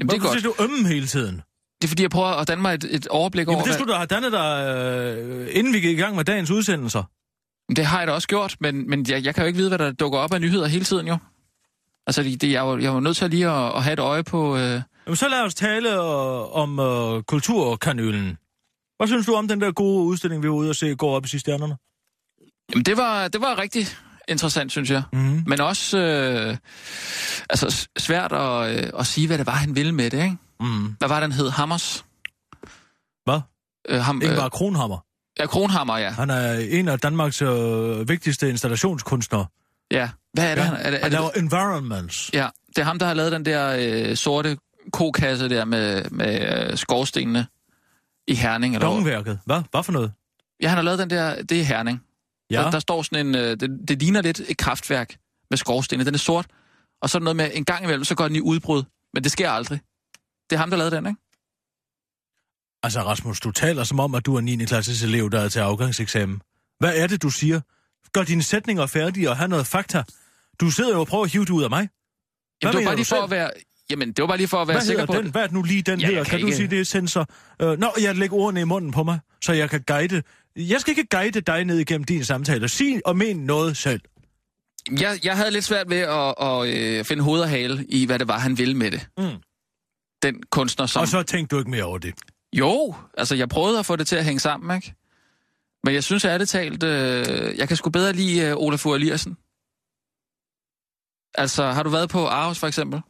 Speaker 5: er
Speaker 4: Hvorfor
Speaker 5: godt.
Speaker 4: siger du ømme hele tiden?
Speaker 5: Det er fordi, jeg prøver at danne mig et, et overblik over...
Speaker 4: Jamen, det
Speaker 5: hvad-
Speaker 4: skulle du have dannet dig, øh, inden vi gik i gang med dagens udsendelser.
Speaker 5: Det har jeg da også gjort, men, men jeg, jeg kan jo ikke vide, hvad der dukker op af nyheder hele tiden jo. Altså, det, det, jeg, var, jeg var nødt til lige at, at have et øje på... Øh,
Speaker 4: Jamen, så lad os tale øh, om øh, kulturkanylen. Hvad synes du om den der gode udstilling, vi var ude og se i går op i Cisternerne?
Speaker 5: jamen, det var, det var rigtig interessant, synes jeg.
Speaker 4: Mm.
Speaker 5: Men også øh, altså, s- svært at, øh, at sige, hvad det var, han ville med det, ikke?
Speaker 4: Mm.
Speaker 5: Hvad var den hed? Hammers?
Speaker 4: Hvad?
Speaker 5: Øh, ham, øh,
Speaker 4: Ingvar Kronhammer.
Speaker 5: ja, Kronhammer, ja.
Speaker 4: Han er en af Danmarks øh, vigtigste installationskunstnere.
Speaker 5: ja. Hvad er det?
Speaker 4: Ja.
Speaker 5: Han, er det, er
Speaker 4: Han
Speaker 5: det,
Speaker 4: laver environments.
Speaker 5: ja, det er ham, der har lavet den der øh, sorte kokasse der med, med øh, skorstenene i Herning. Eller hvor-
Speaker 4: Dongværket. Hvad? Hvad for noget?
Speaker 5: Ja, han har lavet den der, det er Herning. Ja. Der, der står sådan en, øh, det, det ligner lidt et kraftværk med skorstene. Den er sort, og så er der noget med, en gang imellem, så går den i udbrud. Men det sker aldrig. Det er ham, der lavede den, ikke?
Speaker 4: Altså, Rasmus, du taler som om, at du er 9. klasses elev, der er til afgangseksamen. Hvad er det, du siger? Gør dine sætninger færdige og have noget fakta. Du sidder jo og prøver at hive det ud af mig.
Speaker 5: Jamen, det var
Speaker 4: mener
Speaker 5: bare lige
Speaker 4: du
Speaker 5: for
Speaker 4: selv?
Speaker 5: at være... Jamen, det var bare lige for at være
Speaker 4: Hvad
Speaker 5: sikker
Speaker 4: hedder
Speaker 5: på...
Speaker 4: den?
Speaker 5: at-
Speaker 4: Hvad er det nu lige, den
Speaker 5: Ja,
Speaker 4: ja,
Speaker 5: jeg
Speaker 4: hedder?
Speaker 5: kan
Speaker 4: Kan, kan du
Speaker 5: ikke-
Speaker 4: sige, det er sensor? Øh, nå, jeg lægger ordene i munden på mig, så jeg kan guide. Jeg skal ikke guide dig ned igennem din samtale. Sig og men noget selv.
Speaker 5: Jeg, jeg havde lidt svært ved at, at, øh, finde hoved og hale i, hvad det var, han ville med det.
Speaker 4: Mm.
Speaker 5: Den kunstner, som...
Speaker 4: Og så tænkte du ikke mere over det.
Speaker 5: Jo, altså jeg prøvede at få det til at hænge sammen, ikke? Men jeg synes ærligt talt, øh, jeg kan sgu bedre lide øh, Olafur Eliassen. Altså, har du været på Aarhus for eksempel?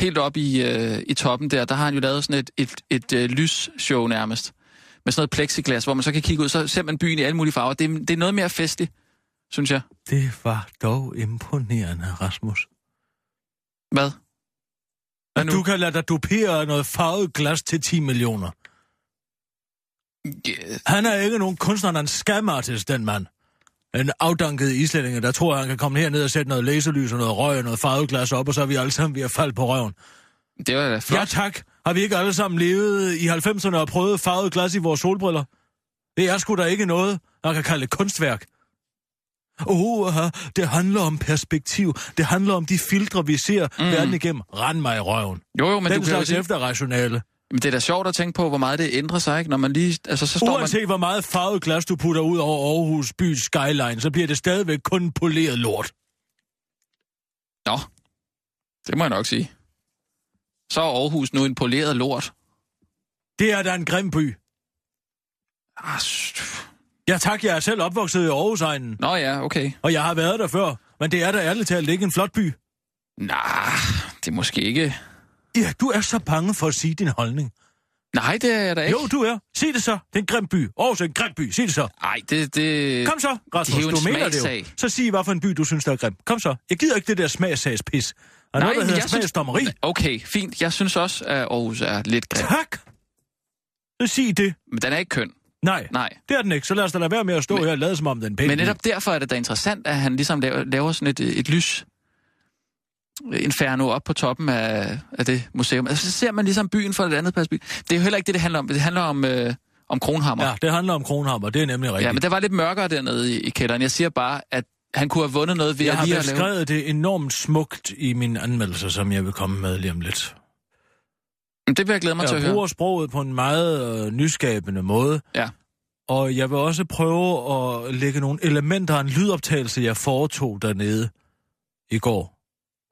Speaker 5: helt op i, øh, i toppen der, der har han jo lavet sådan et, et, et øh, lysshow nærmest. Med sådan noget plexiglas, hvor man så kan kigge ud, så ser man byen i alle mulige farver. Det, er- det er noget mere festligt, synes jeg.
Speaker 4: Det var dog imponerende, Rasmus.
Speaker 5: Hvad? Hvad
Speaker 4: At du kan lade dig dupere af noget farvet glas til 10 millioner.
Speaker 5: Ja,
Speaker 4: Han er ikke nogen kunstner, han er en skamartist, den mand. En afdanket islændinge, der tror, han kan komme herned og sætte noget laserlys og noget røg og noget farvet glas op, og så er vi alle sammen ved at falde på røven.
Speaker 5: Det var da flot.
Speaker 4: Ja tak. Har vi ikke alle sammen levet i 90'erne og prøvet farvet glas i vores solbriller? Det er sgu da ikke noget, man kan kalde et kunstværk. Åh, oh, det handler om perspektiv. Det handler om de filtre, vi ser mm. verden igennem. Rand mig i røven.
Speaker 5: Jo, jo, men
Speaker 4: Men
Speaker 5: du
Speaker 4: Den
Speaker 5: kan jo
Speaker 4: slags
Speaker 5: sige,
Speaker 4: efterrationale.
Speaker 5: men det er da sjovt at tænke på, hvor meget det ændrer sig, ikke? Når man lige, altså, så står
Speaker 4: Uanset man... hvor meget farvet glas, du putter ud over Aarhus bys skyline, så bliver det stadigvæk kun poleret lort.
Speaker 5: man... Nå, det må jeg nok sige. Så er Aarhus nu en poleret lort.
Speaker 4: Det er da en grim by.
Speaker 5: Ah, s-
Speaker 4: Ja tak, jeg er selv opvokset i Aarhusegnen,
Speaker 5: Nå ja, okay.
Speaker 4: og jeg har været der før. Men det er da ærligt talt ikke en flot by.
Speaker 5: Nej, det er måske ikke...
Speaker 4: Ja, du er så bange for at sige din holdning.
Speaker 5: Nej, det er jeg da ikke.
Speaker 4: Jo, du er. Sig det så. Det er en grim by. Aarhus er en grim by. Sig det så.
Speaker 5: Nej, det... det...
Speaker 4: Kom så, Rasmus.
Speaker 5: det er jo en
Speaker 4: du mener det jo.
Speaker 5: smagssag.
Speaker 4: Så sig, hvad for en by du synes, der er grim. Kom så. Jeg gider ikke det der smagsagspis. Og noget, der
Speaker 5: men
Speaker 4: hedder
Speaker 5: jeg synes-
Speaker 4: smagsdommeri.
Speaker 5: Okay, fint. Jeg synes også, at Aarhus er lidt grim.
Speaker 4: Tak. Så sig det.
Speaker 5: Men den er ikke køn.
Speaker 4: Nej.
Speaker 5: Nej.
Speaker 4: Det er den ikke. Så lad os da lade være med at stå
Speaker 5: Men-
Speaker 4: her og lade som om den er pæn.
Speaker 5: Men netop derfor er det da interessant, at han ligesom laver, laver sådan et, et lys inferno op på toppen af, af det museum. Altså, så ser man ligesom byen fra et andet perspektiv. Det er jo heller ikke det, det handler om. Det handler om, øh, om Kronhammer.
Speaker 4: Ja, det handler om kronhammer. Det er nemlig rigtigt.
Speaker 5: ja, men der var lidt mørkere dernede i, i kælderen. Jeg siger bare, at han kunne have vundet noget ved
Speaker 4: jeg
Speaker 5: at
Speaker 4: har
Speaker 5: lige at lave...
Speaker 4: beskrevet det enormt smukt i min anmeldelse, som jeg vil komme med lige om lidt.
Speaker 5: Men Det vil jeg glæde mig til at
Speaker 4: Jeg
Speaker 5: høre.
Speaker 4: bruger sproget på en meget øh, nyskabende måde.
Speaker 5: Ja.
Speaker 4: Og jeg vil også prøve at lægge nogle elementer af en lydoptagelse, jeg foretog dernede i går.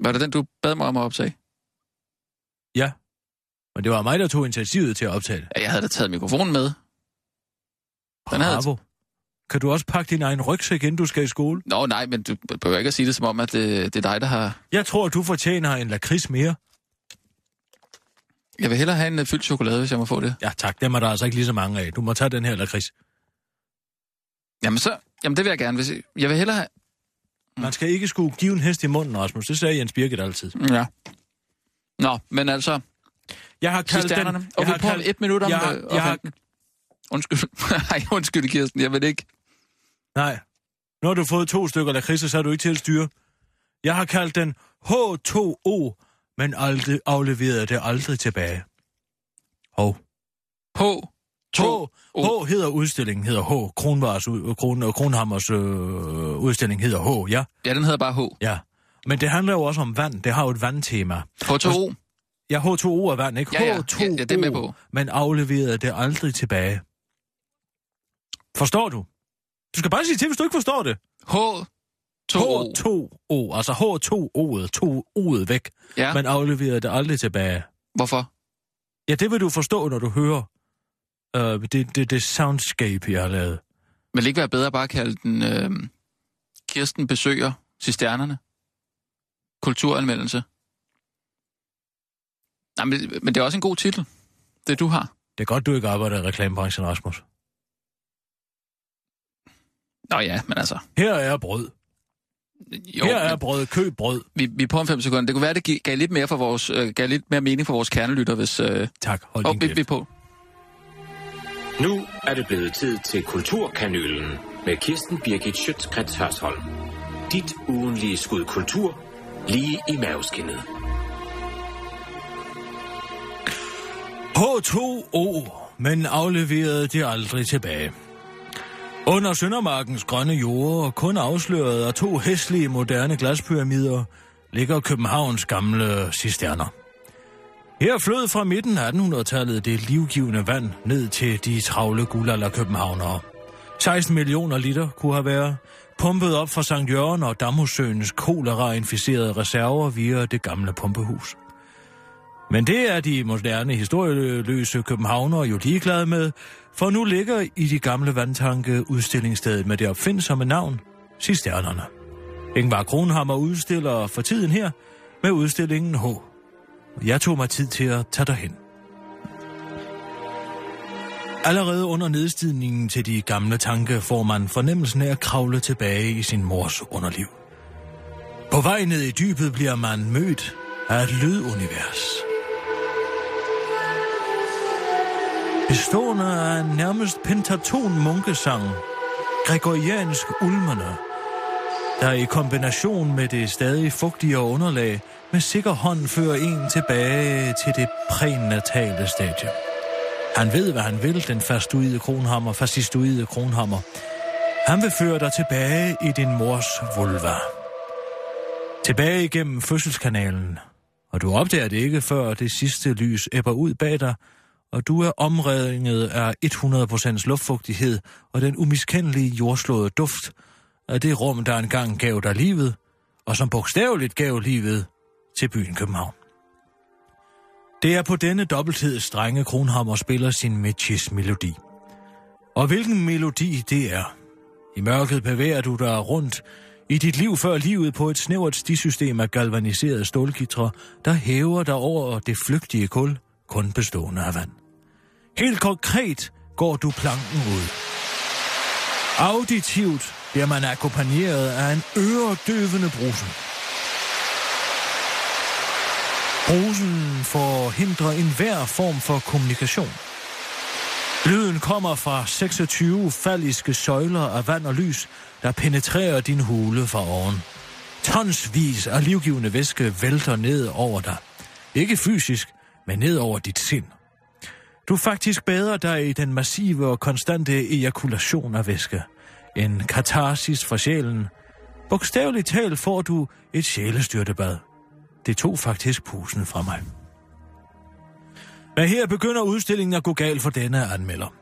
Speaker 5: Var det den, du bad mig om at optage?
Speaker 4: Ja. Men det var mig, der tog initiativet til at optage det.
Speaker 5: Ja, jeg havde da taget mikrofonen med. Den havde jeg
Speaker 4: Bravo. Kan du også pakke din egen rygsæk, inden du skal i skole?
Speaker 5: Nå, nej, men du behøver ikke at sige det som om, at øh, det, det er dig, der har...
Speaker 4: Jeg tror, du fortjener en lakrids mere.
Speaker 5: Jeg vil hellere have en øh, fyldt chokolade, hvis jeg må få det.
Speaker 4: Ja tak, dem er der altså ikke lige så mange af. Du må tage den her lakrids.
Speaker 5: Jamen så... Jamen det vil jeg gerne. Hvis jeg, jeg vil hellere have...
Speaker 4: Man skal ikke skulle give en hest i munden, Rasmus. Det sagde Jens Birgit altid.
Speaker 5: Ja. Nå, men altså...
Speaker 4: Jeg har kaldt den...
Speaker 5: Cisternerne. Og vi
Speaker 4: har
Speaker 5: prøver om
Speaker 4: kaldt-
Speaker 5: et minut om...
Speaker 4: jeg, har-
Speaker 5: øh,
Speaker 4: jeg, har,
Speaker 5: offenten. Undskyld. Nej, undskyld, Kirsten. Jeg vil ikke...
Speaker 4: Nej. Nu har du fået to stykker lakridser, så er du ikke til at styre. Jeg har kaldt den H2O, men aldrig afleveret det aldrig tilbage. Hov.
Speaker 5: H.
Speaker 4: H, H hedder udstillingen, hedder H. Kronvars, ud- Kron, Kronhammers øh, udstilling hedder H, ja.
Speaker 5: Ja, den hedder bare H.
Speaker 4: ja. Men det handler jo også om vand. Det har jo et vandtema.
Speaker 5: H2O.
Speaker 4: Ja, H2O er vand, ikke?
Speaker 5: Ja, ja.
Speaker 4: H2O,
Speaker 5: Ja, ja, det er med på.
Speaker 4: men afleverede det aldrig tilbage. Forstår du? Du skal bare sige til, hvis du ikke forstår det.
Speaker 5: H2O.
Speaker 4: H2O, altså H2O'et, to O'et væk.
Speaker 5: Ja,
Speaker 4: Man afleverer det aldrig tilbage.
Speaker 5: hvorfor?
Speaker 4: Ja, det vil du forstå, når du hører øh, det, det, det soundscape, jeg har lavet.
Speaker 5: Vil det ikke være bedre bare at kalde den... Øh, Kirsten besøger cisternerne. Kulturanmeldelse. Nej, men, men det er også en god titel, det du har.
Speaker 4: Det er godt, du ikke arbejder i reklamebranchen, Rasmus.
Speaker 5: Nå ja, men altså...
Speaker 4: Her er brød.
Speaker 5: Jo,
Speaker 4: Her er
Speaker 5: men-
Speaker 4: brød. Køb brød.
Speaker 5: Vi, vi er på om fem sekunder. Det kunne være, det gi- gav lidt mere, for vores, øh, gav lidt mere mening for vores kernelytter, hvis... Øh,
Speaker 4: Tak, hold
Speaker 5: og
Speaker 4: din
Speaker 5: vi, vi er
Speaker 4: kæft.
Speaker 5: på.
Speaker 7: Nu er det blevet tid til Kulturkanylen med Kirsten Birgit Schøtzgrads Hørsholm. Dit ugenlige skud kultur lige i maveskinnet.
Speaker 4: H2O, men afleverede det aldrig tilbage. Under Søndermarkens grønne jorde, og kun afsløret af to hæslige moderne glaspyramider, ligger Københavns gamle cisterner. Her flød fra midten af 1800-tallet det livgivende vand ned til de travle guldalderkøbenhavnere. 16 millioner liter kunne have været pumpet op fra Sankt Jørgen og Damhussøens kolera-inficerede reserver via det gamle pumpehus. Men det er de moderne historieløse københavnere jo ligeglade med, for nu ligger i de gamle vandtanke udstillingsstedet med det opfindsomme navn, Cisternerne. Ingvar Kronhammer udstiller for tiden her med udstillingen H. Jeg tog mig tid til at tage derhen. Allerede under nedstigningen til de gamle tanke får man fornemmelsen af at kravle tilbage i sin mors underliv. På vej ned i dybet bliver man mødt af et lydunivers. Bestående af en nærmest pentaton munkesang, gregoriansk ulmerne, der i kombination med det stadig fugtigere underlag med sikker hånd fører en tilbage til det prænatale stadie. Han ved, hvad han vil, den fastuide kronhammer, fascistoide kronhammer. Han vil føre dig tilbage i din mors vulva. Tilbage igennem fødselskanalen. Og du opdager det ikke, før det sidste lys æbber ud bag dig, og du er omringet af 100% luftfugtighed og den umiskendelige jordslåede duft af det rum, der engang gav dig livet, og som bogstaveligt gav livet til byen København. Det er på denne dobbelthed, strenge Kronhammer spiller sin Mitchis melodi. Og hvilken melodi det er. I mørket bevæger du dig rundt i dit liv før livet på et snævert stisystem af galvaniserede stålgitre, der hæver dig over det flygtige kul, kun bestående af vand. Helt konkret går du planken ud. Auditivt bliver man akkompagneret af en øredøvende brusen. Brusen forhindrer enhver form for kommunikation. Lyden kommer fra 26 falliske søjler af vand og lys, der penetrerer din hule fra oven. Tonsvis af livgivende væske vælter ned over dig. Ikke fysisk, men ned over dit sind. Du faktisk bader dig i den massive og konstante ejakulation af væske. En katarsis for sjælen. Bogstaveligt talt får du et sjælestyrtebad. Det tog faktisk pusen fra mig. Men her begynder udstillingen at gå galt for denne anmelder.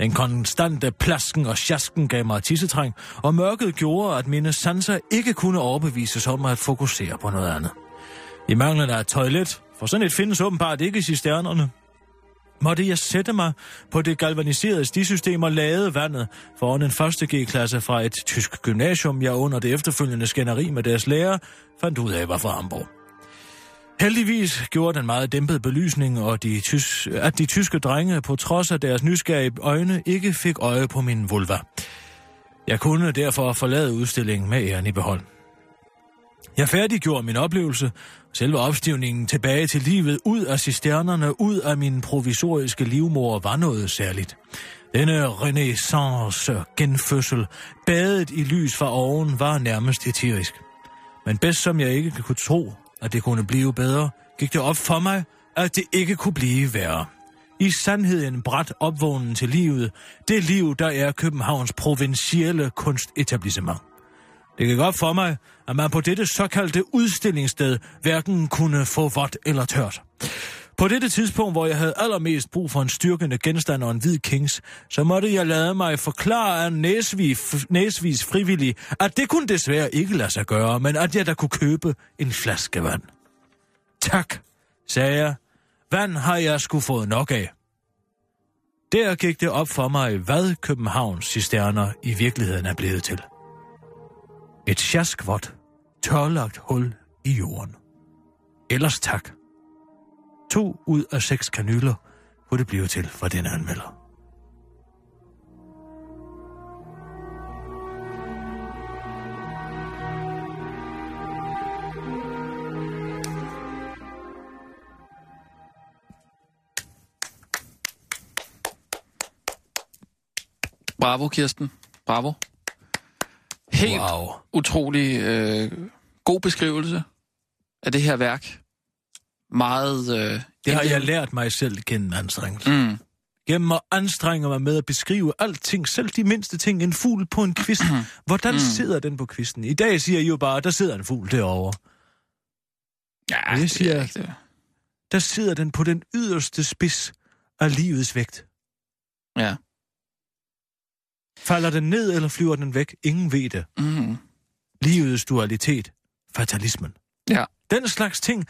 Speaker 4: Den konstante plasken og sjasken gav mig tissetræng, og mørket gjorde, at mine sanser ikke kunne overbevises om at fokusere på noget andet. I manglen af et toilet, for sådan et findes åbenbart ikke i cisternerne, måtte jeg sætte mig på det galvaniserede stisystem og lade vandet foran en første G-klasse fra et tysk gymnasium, jeg under det efterfølgende skænderi med deres lærer fandt ud af var fra Hamburg. Heldigvis gjorde den meget dæmpede belysning, og de tys- at de tyske drenge på trods af deres nysgerrige øjne ikke fik øje på min vulva. Jeg kunne derfor forlade udstillingen med æren i behold. Jeg færdiggjorde min oplevelse, selve opstivningen tilbage til livet, ud af cisternerne, ud af min provisoriske livmor var noget særligt. Denne renaissance genfødsel, badet i lys fra oven, var nærmest eterisk. Men bedst som jeg ikke kunne tro, at det kunne blive bedre, gik det op for mig, at det ikke kunne blive værre. I sandhed en bræt opvågnen til livet, det liv, der er Københavns provincielle kunstetablissement. Det gik op for mig, at man på dette såkaldte udstillingssted hverken kunne få vådt eller tørt. På dette tidspunkt, hvor jeg havde allermest brug for en styrkende genstand og en hvid kings, så måtte jeg lade mig forklare af næsvig, f- næsvis frivillig, at det kunne desværre ikke lade sig gøre, men at jeg da kunne købe en flaske vand. Tak, sagde jeg. Vand har jeg sgu fået nok af. Der gik det op for mig, hvad Københavns cisterner i virkeligheden er blevet til. Et sjaskvot, tørlagt hul i jorden. Ellers tak. To ud af seks kanyler kunne det blive til for den anmelder.
Speaker 5: Bravo, Kirsten. Bravo. Helt wow.
Speaker 4: Wow.
Speaker 5: utrolig øh, god beskrivelse af det her værk. Meget... Øh,
Speaker 4: Det har jeg lært mig selv gennem anstrengelse.
Speaker 5: Mm.
Speaker 4: Gennem at anstrenge mig med at beskrive alting, selv de mindste ting, en fugl på en kvist.
Speaker 5: Mm.
Speaker 4: Hvordan sidder den på kvisten? I dag siger I jo bare, der sidder en fugl derovre.
Speaker 5: Ja,
Speaker 4: Det
Speaker 5: det
Speaker 4: siger
Speaker 5: siger
Speaker 4: jeg.
Speaker 5: ikke det.
Speaker 4: Der sidder den på den yderste spids af livets vægt.
Speaker 5: Ja.
Speaker 4: Falder den ned, eller flyver den væk? Ingen ved det.
Speaker 5: Mm.
Speaker 4: livets dualitet, fatalismen.
Speaker 5: Ja.
Speaker 4: Den slags ting,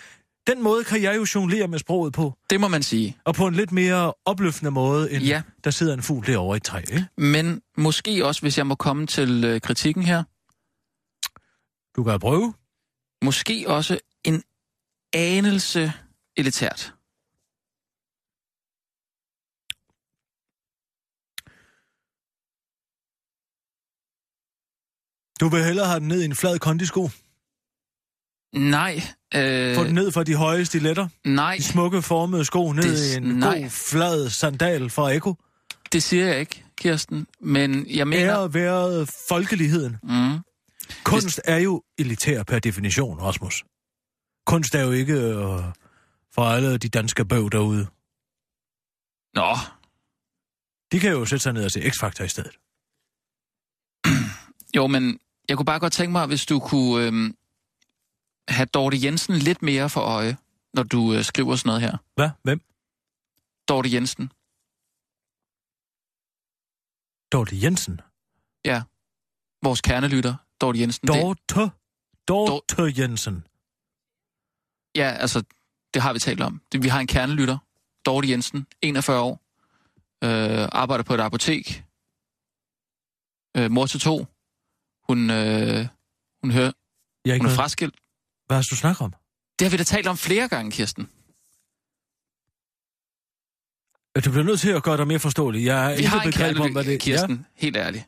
Speaker 4: den måde kan jeg jo jonglere med sproget på,
Speaker 5: Det må man sige.
Speaker 4: og på en lidt mere opløftende måde, end ja.
Speaker 5: Ja.
Speaker 4: der sidder en fugl derovre i et træ. Ikke?
Speaker 5: Men måske også, hvis jeg må komme til øh, kritikken her,
Speaker 4: Du kan prøve.
Speaker 5: måske også en anelse elitært.
Speaker 4: Du vil hellere have den ned i en flad kondisko.
Speaker 5: Nej. Øh,
Speaker 4: Få den ned fra de høje stiletter.
Speaker 5: nej,
Speaker 4: De smukke formede sko ned
Speaker 5: Det-
Speaker 4: i en
Speaker 5: nej.
Speaker 4: god, flad sandal fra Eko.
Speaker 5: det siger jeg ikke, Kirsten. Men jeg mener...
Speaker 4: Ære være folkeligheden.
Speaker 5: Mm,
Speaker 4: Kunst er jo elitær per definition, Rasmus. Kunst er jo ikke øh, for alle de danske bøg derude.
Speaker 5: nå,
Speaker 4: De kan jo sætte sig ned og se X-Factor i stedet.
Speaker 5: jo, men jeg kunne bare godt tænke mig, hvis du kunne øh, have Dorte Jensen lidt mere for øje, når du øh, skriver sådan noget her.
Speaker 4: Hvad? Hvem?
Speaker 5: Dorte Jensen.
Speaker 4: Dorte Jensen.
Speaker 5: Ja. Vores kernelytter, Dorte Jensen. Det,
Speaker 4: Dorte. Dorte Jensen.
Speaker 5: ja, altså, det har vi talt om. Det, vi har en kernelytter, Dorte Jensen, 41 år. Øh, arbejder på et apotek. Øh, mor til to. Hun, øh, hun, hører,
Speaker 4: Jeg er ikke
Speaker 5: hun er
Speaker 4: med.
Speaker 5: fraskilt.
Speaker 4: Hvad har du snakket om?
Speaker 5: Det har vi da talt om flere gange, Kirsten.
Speaker 4: Du bliver nødt til at gøre dig mere forståelig. Jeg har
Speaker 5: Vi
Speaker 4: ikke
Speaker 5: har en
Speaker 4: begreb om, hvad
Speaker 5: kernelytter,
Speaker 4: det
Speaker 5: Kirsten, helt ærligt.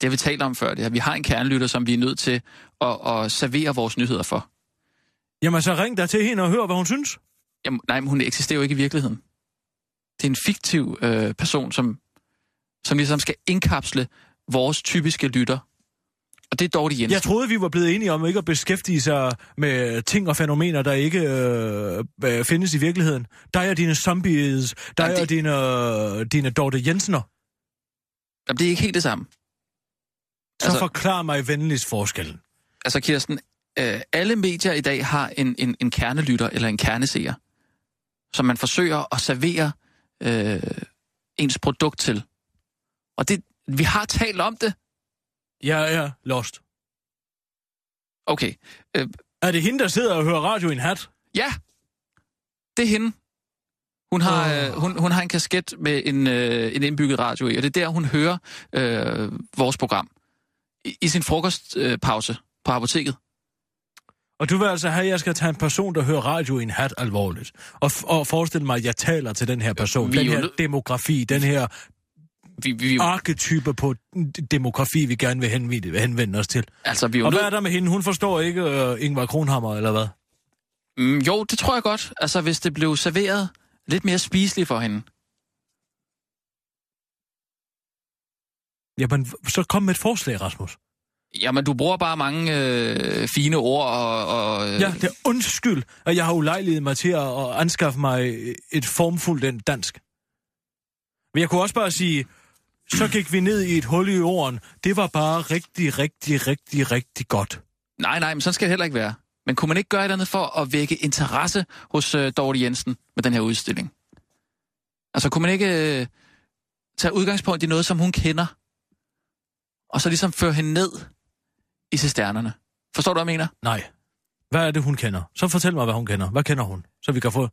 Speaker 5: Det har vi talt om før, det her. Vi har en kernelytter, som vi er nødt til at, at servere vores nyheder for.
Speaker 4: Ja. Jamen, så ring der til hende og hør, hvad hun synes.
Speaker 5: Jamen, nej, men hun eksisterer jo ikke i virkeligheden. Det er en fiktiv øh, person, som, som ligesom skal indkapsle vores typiske lytter. Og det er Dorte Jensen.
Speaker 4: Jeg troede, vi var blevet enige om ikke at beskæftige sig med ting og fænomener, der ikke øh, øh, findes i virkeligheden. Dig og dine zombies, dig
Speaker 5: Jamen,
Speaker 4: det...
Speaker 5: det-
Speaker 4: og dine, øh, dine Dorte Jensener.
Speaker 5: Jamen, det er ikke helt det samme.
Speaker 4: Så altså...
Speaker 5: Altså-
Speaker 4: forklar mig venligst forskellen.
Speaker 5: Altså, Kirsten, øh, alle medier i dag har en, en, en kernelytter eller en kerneseer, som man forsøger at servere øh, ens produkt til. Og det, vi har talt om det.
Speaker 4: Jeg er lost.
Speaker 5: Okay. Øh,
Speaker 4: Er det hende, der sidder og hører radio i en hat?
Speaker 5: Ja, det er hende. Hun har,
Speaker 4: Åh.
Speaker 5: øh, hun, hun har en kasket med en, øh, en indbygget radio i, og det er der, hun hører øh, vores program. I, i sin frokostpause øh, pause på apoteket.
Speaker 4: Og du vil altså have, at jeg skal tage en person, der hører radio i en hat alvorligt. Og, f- og forestille mig, at jeg taler til den her person.
Speaker 5: Vi er
Speaker 4: Den
Speaker 5: jo
Speaker 4: her
Speaker 5: nød-
Speaker 4: demografi, den her
Speaker 5: Vi, vi, vi,
Speaker 4: arketype på d- demografi, vi gerne vil henvide, henvende os til.
Speaker 5: altså, vi er jo
Speaker 4: Og
Speaker 5: nød...
Speaker 4: hvad er der med hende? Hun forstår ikke øh, Ingvar Kronhammer, eller hvad?
Speaker 5: Mm, jo, det tror jeg godt. Altså, hvis det blev serveret lidt mere spiseligt for hende.
Speaker 4: Jamen, v- så kom med et forslag, Rasmus.
Speaker 5: Jamen, du bruger bare mange øh, fine ord og... og øh,
Speaker 4: Ja, det er undskyld, at jeg har ulejliget mig til at at anskaffe mig et formfuldt dansk. Men jeg kunne også bare sige, så gik vi ned i et hul i jorden. Det var bare rigtig, rigtig, rigtig, rigtig godt.
Speaker 5: Nej, nej, men sådan skal det heller ikke være. Men kunne man ikke gøre et eller andet for at vække interesse hos øh, Dorte Jensen med den her udstilling? Altså, kunne man ikke øh, tage udgangspunkt i noget, som hun kender, og så ligesom føre hende ned i cisternerne? Forstår du, hvad jeg mener?
Speaker 4: Nej. Hvad er det, hun kender? Så fortæl mig, hvad hun kender. Hvad kender hun? Så vi kan få...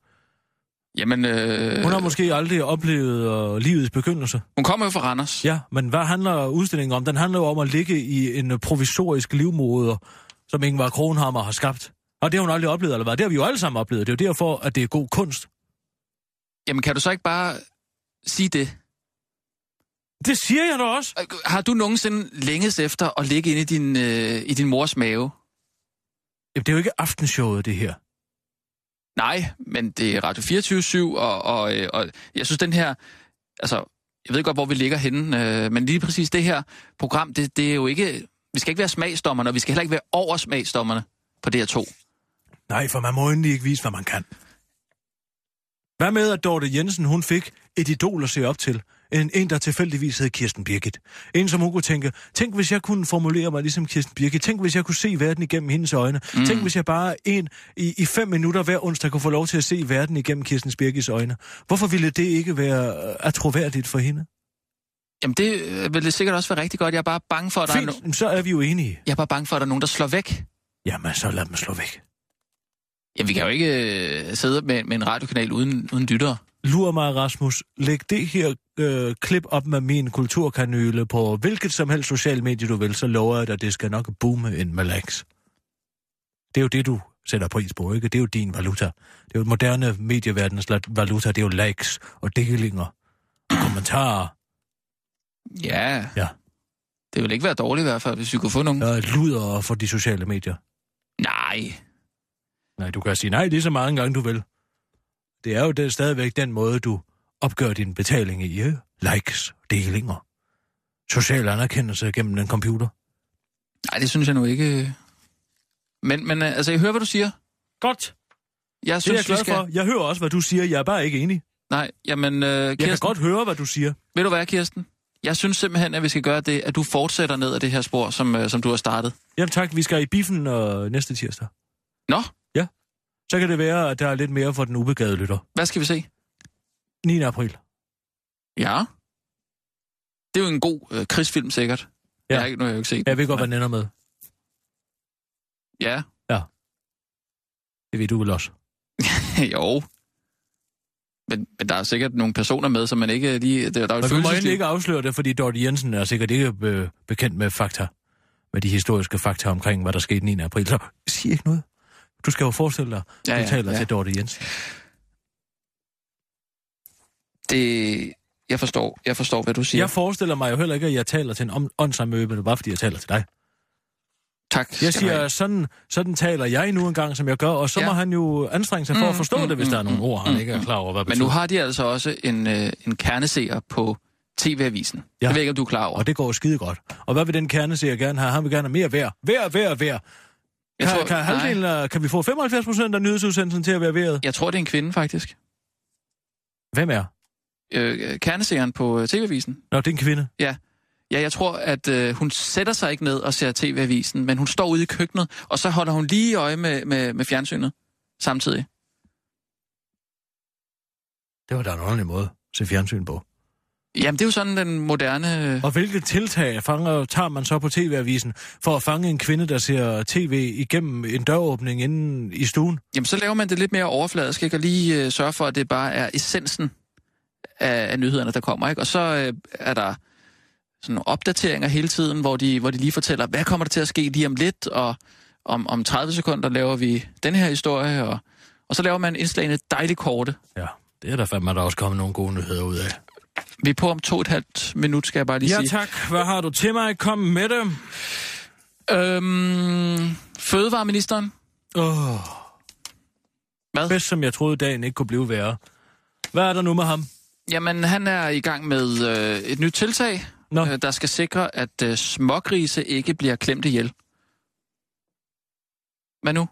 Speaker 5: Jamen, øh,
Speaker 4: Hun har
Speaker 5: hun,
Speaker 4: måske aldrig oplevet øh, livets begyndelse.
Speaker 5: hun kommer jo fra Randers.
Speaker 4: Ja, men hvad handler udstillingen om? Den handler jo om at ligge i en øh, provisorisk livmoder, som Ingvar Kronhammer har skabt. Og det har hun aldrig oplevet, eller hvad? Det har vi jo alle sammen oplevet. Det er jo derfor, at det er god kunst.
Speaker 5: Jamen, kan du så ikke bare sige det?
Speaker 4: Det siger jeg da også.
Speaker 5: Øh, Har du nogensinde længes efter at ligge inde i din, øh, i din mors mave?
Speaker 4: Jamen, det er jo ikke aftenshowet, det her.
Speaker 5: Nej, men det er Radio 24 og, og, øh, og jeg synes, den her... Altså, jeg ved godt, hvor vi ligger henne, øh, men lige præcis det her program, det, det er jo ikke... Vi skal ikke være smagsdommerne, og vi skal heller ikke være over smagsdommerne på DR2.
Speaker 4: Nej, for man må endelig ikke vise, hvad man kan. Hvad med, at Dorte Jensen, hun fik et idol at se op til? En, en der tilfældigvis hed Kirsten Birgit. En, som hun kunne tænke, tænk hvis jeg kunne formulere mig ligesom Kirsten Birgit. Tænk hvis jeg kunne se verden igennem hendes øjne. Mm. Tænk hvis jeg bare en i, i fem minutter hver onsdag kunne få lov til at se verden igennem Kirsten Birgits øjne. Hvorfor ville det ikke være øh, attråværdigt for hende?
Speaker 5: Jamen, det øh, vil det sikkert også være rigtig godt. Jeg er bare bange for, at der, er, no,
Speaker 4: Fint, så er vi jo enige.
Speaker 5: jeg er, bare bange for, at der er nogen, der slår væk.
Speaker 4: Jamen, så lad dem slå væk.
Speaker 5: Jamen, vi kan jo ikke øh, sidde med, med en radiokanal uden, uden lyttere.
Speaker 4: Lur mig, Rasmus, læg det her øh, klip op med min kulturkanyle på hvilket som helst social medie, du vil, så lover jeg dig, det skal nok boome en malax. Det er jo det, du sætter pris på, ikke? Det er jo din valuta. Det er jo moderne medieverdens la- valuta. Det er jo likes og delinger og kommentarer.
Speaker 5: Ja.
Speaker 4: Ja.
Speaker 5: Det ville ikke være dårligt i hvert fald, hvis vi kunne få nogen. Ja.
Speaker 4: Jeg luder for de sociale medier.
Speaker 5: Nej.
Speaker 4: Nej, du kan sige nej lige så mange gange, du vil. Det er jo det, stadigvæk den måde, du opgør din betaling i. Ikke? Likes, delinger, social anerkendelse gennem en computer.
Speaker 5: Nej, det synes jeg nu ikke. Men, men øh, altså, jeg hører, hvad du siger.
Speaker 4: Godt.
Speaker 5: Jeg
Speaker 4: Det er
Speaker 5: synes,
Speaker 4: jeg glad
Speaker 5: vi skal...
Speaker 4: for. Jeg hører også, hvad du siger. Jeg er bare ikke enig.
Speaker 5: Nej, jamen, øh, Kirsten,
Speaker 4: Jeg kan godt høre, hvad du siger.
Speaker 5: ved du hvad, Kirsten? Jeg synes simpelthen, at vi skal gøre det, at du fortsætter ned ad det her spor, som, øh, som du har startet.
Speaker 4: Jamen tak, vi skal i biffen øh, næste tirsdag.
Speaker 5: Nå,
Speaker 4: Så kan det være, at der er lidt mere for den ubegavede lytter.
Speaker 5: hvad skal vi se?
Speaker 4: 9. april.
Speaker 5: Ja. Det er jo en god øh, krigsfilm, sikkert.
Speaker 4: Ja.
Speaker 5: Ja. Jeg, har ikke- nu har jeg jo ikke set
Speaker 4: Jeg
Speaker 5: den.
Speaker 4: ved godt, hvad
Speaker 5: Men-
Speaker 4: den ender med.
Speaker 5: Ja,
Speaker 4: Det ved du vel også.
Speaker 5: jo. Men, men der er sikkert nogle personer med, som man ikke lige... Der, der er jo
Speaker 4: Man kan må
Speaker 5: et følelsesliv.
Speaker 4: endelig ikke afsløre det, fordi Dorte Jensen er sikkert ikke øh, bekendt med fakta. Med de historiske fakta omkring, hvad der skete den 9. april. Så sig ikke noget. Du skal jo forestille dig, ja, ja, du taler ja. til Dorte Jensen.
Speaker 5: Det, jeg forstår, jeg forstår, hvad du siger.
Speaker 4: Jeg forestiller mig jo heller ikke, at jeg taler til en om- åndsamøbe, bare fordi jeg taler til dig.
Speaker 5: tak. skal
Speaker 4: Jeg
Speaker 5: du
Speaker 4: siger,
Speaker 5: have.
Speaker 4: sådan, sådan taler jeg nu engang, som jeg gør, og så ja.
Speaker 5: Ja.
Speaker 4: må han jo anstrenge sig for at forstå mm, det, hvis mm, der er nogle ord, han mm, ikke er klar over, hvad
Speaker 5: Men nu har de altså også en, øh, en kerneseer på TV-avisen.
Speaker 4: Ja.
Speaker 5: Ja. Det ved jeg ikke, om du er klar over.
Speaker 4: Og det går skide godt. Og hvad vil den kerne se, jeg gerne have? Han vil gerne have mere værd. Vær, vær, vær.
Speaker 5: Jeg
Speaker 4: Kan,
Speaker 5: tror-
Speaker 4: kan, halvdelen, af- kan vi få 75 procent af nyhedsudsendelsen til at være været?
Speaker 5: Jeg tror, det er en kvinde, faktisk.
Speaker 4: Hvem er?
Speaker 5: Øh, kerneseeren på øh, TV-avisen.
Speaker 4: Nå, det er en kvinde.
Speaker 5: Ja, jeg tror, at øh, hun sætter sig ikke ned og ser TV-avisen, men hun står ude i køkkenet, og så holder hun lige øje med, med, med fjernsynet samtidig.
Speaker 4: Det var da en ordentlig måde at se fjernsyn på.
Speaker 5: Jamen, det er jo sådan den moderne... Øh,
Speaker 4: Og hvilke tiltag fanger, tager man så på tv-avisen for at fange en kvinde, der ser tv igennem en døråbning inde i stuen?
Speaker 5: jamen, så laver man det lidt mere overfladisk, ikke? Og lige øh, sørge for, at det bare er essensen af, af nyhederne, der kommer, ikke? Og så øh, er der sådan nogle opdateringer hele tiden, hvor de, hvor de lige fortæller, hvad kommer der til at ske lige om lidt, og om, om 30 sekunder laver vi den her historie, og, og så laver man indslagene dejligt korte.
Speaker 4: Ja, det er der fandme, der også kommet nogle gode nyheder ud af.
Speaker 5: Vi er på om to og et halvt minut, skal jeg bare lige
Speaker 4: Ja
Speaker 5: sige.
Speaker 4: tak. Hvad har du til mig? Kom med det.
Speaker 5: Øhm, fødevareministeren.
Speaker 4: Oh,
Speaker 5: Hvad?
Speaker 4: bedst som jeg troede, dagen ikke kunne blive værre. Hvad er der nu med ham?
Speaker 5: Jamen, han er i gang med øh, et nyt tiltag,
Speaker 4: Nå.
Speaker 5: øh, der skal sikre, at øh, smågrise ikke bliver klemt ihjel. Hvad nu?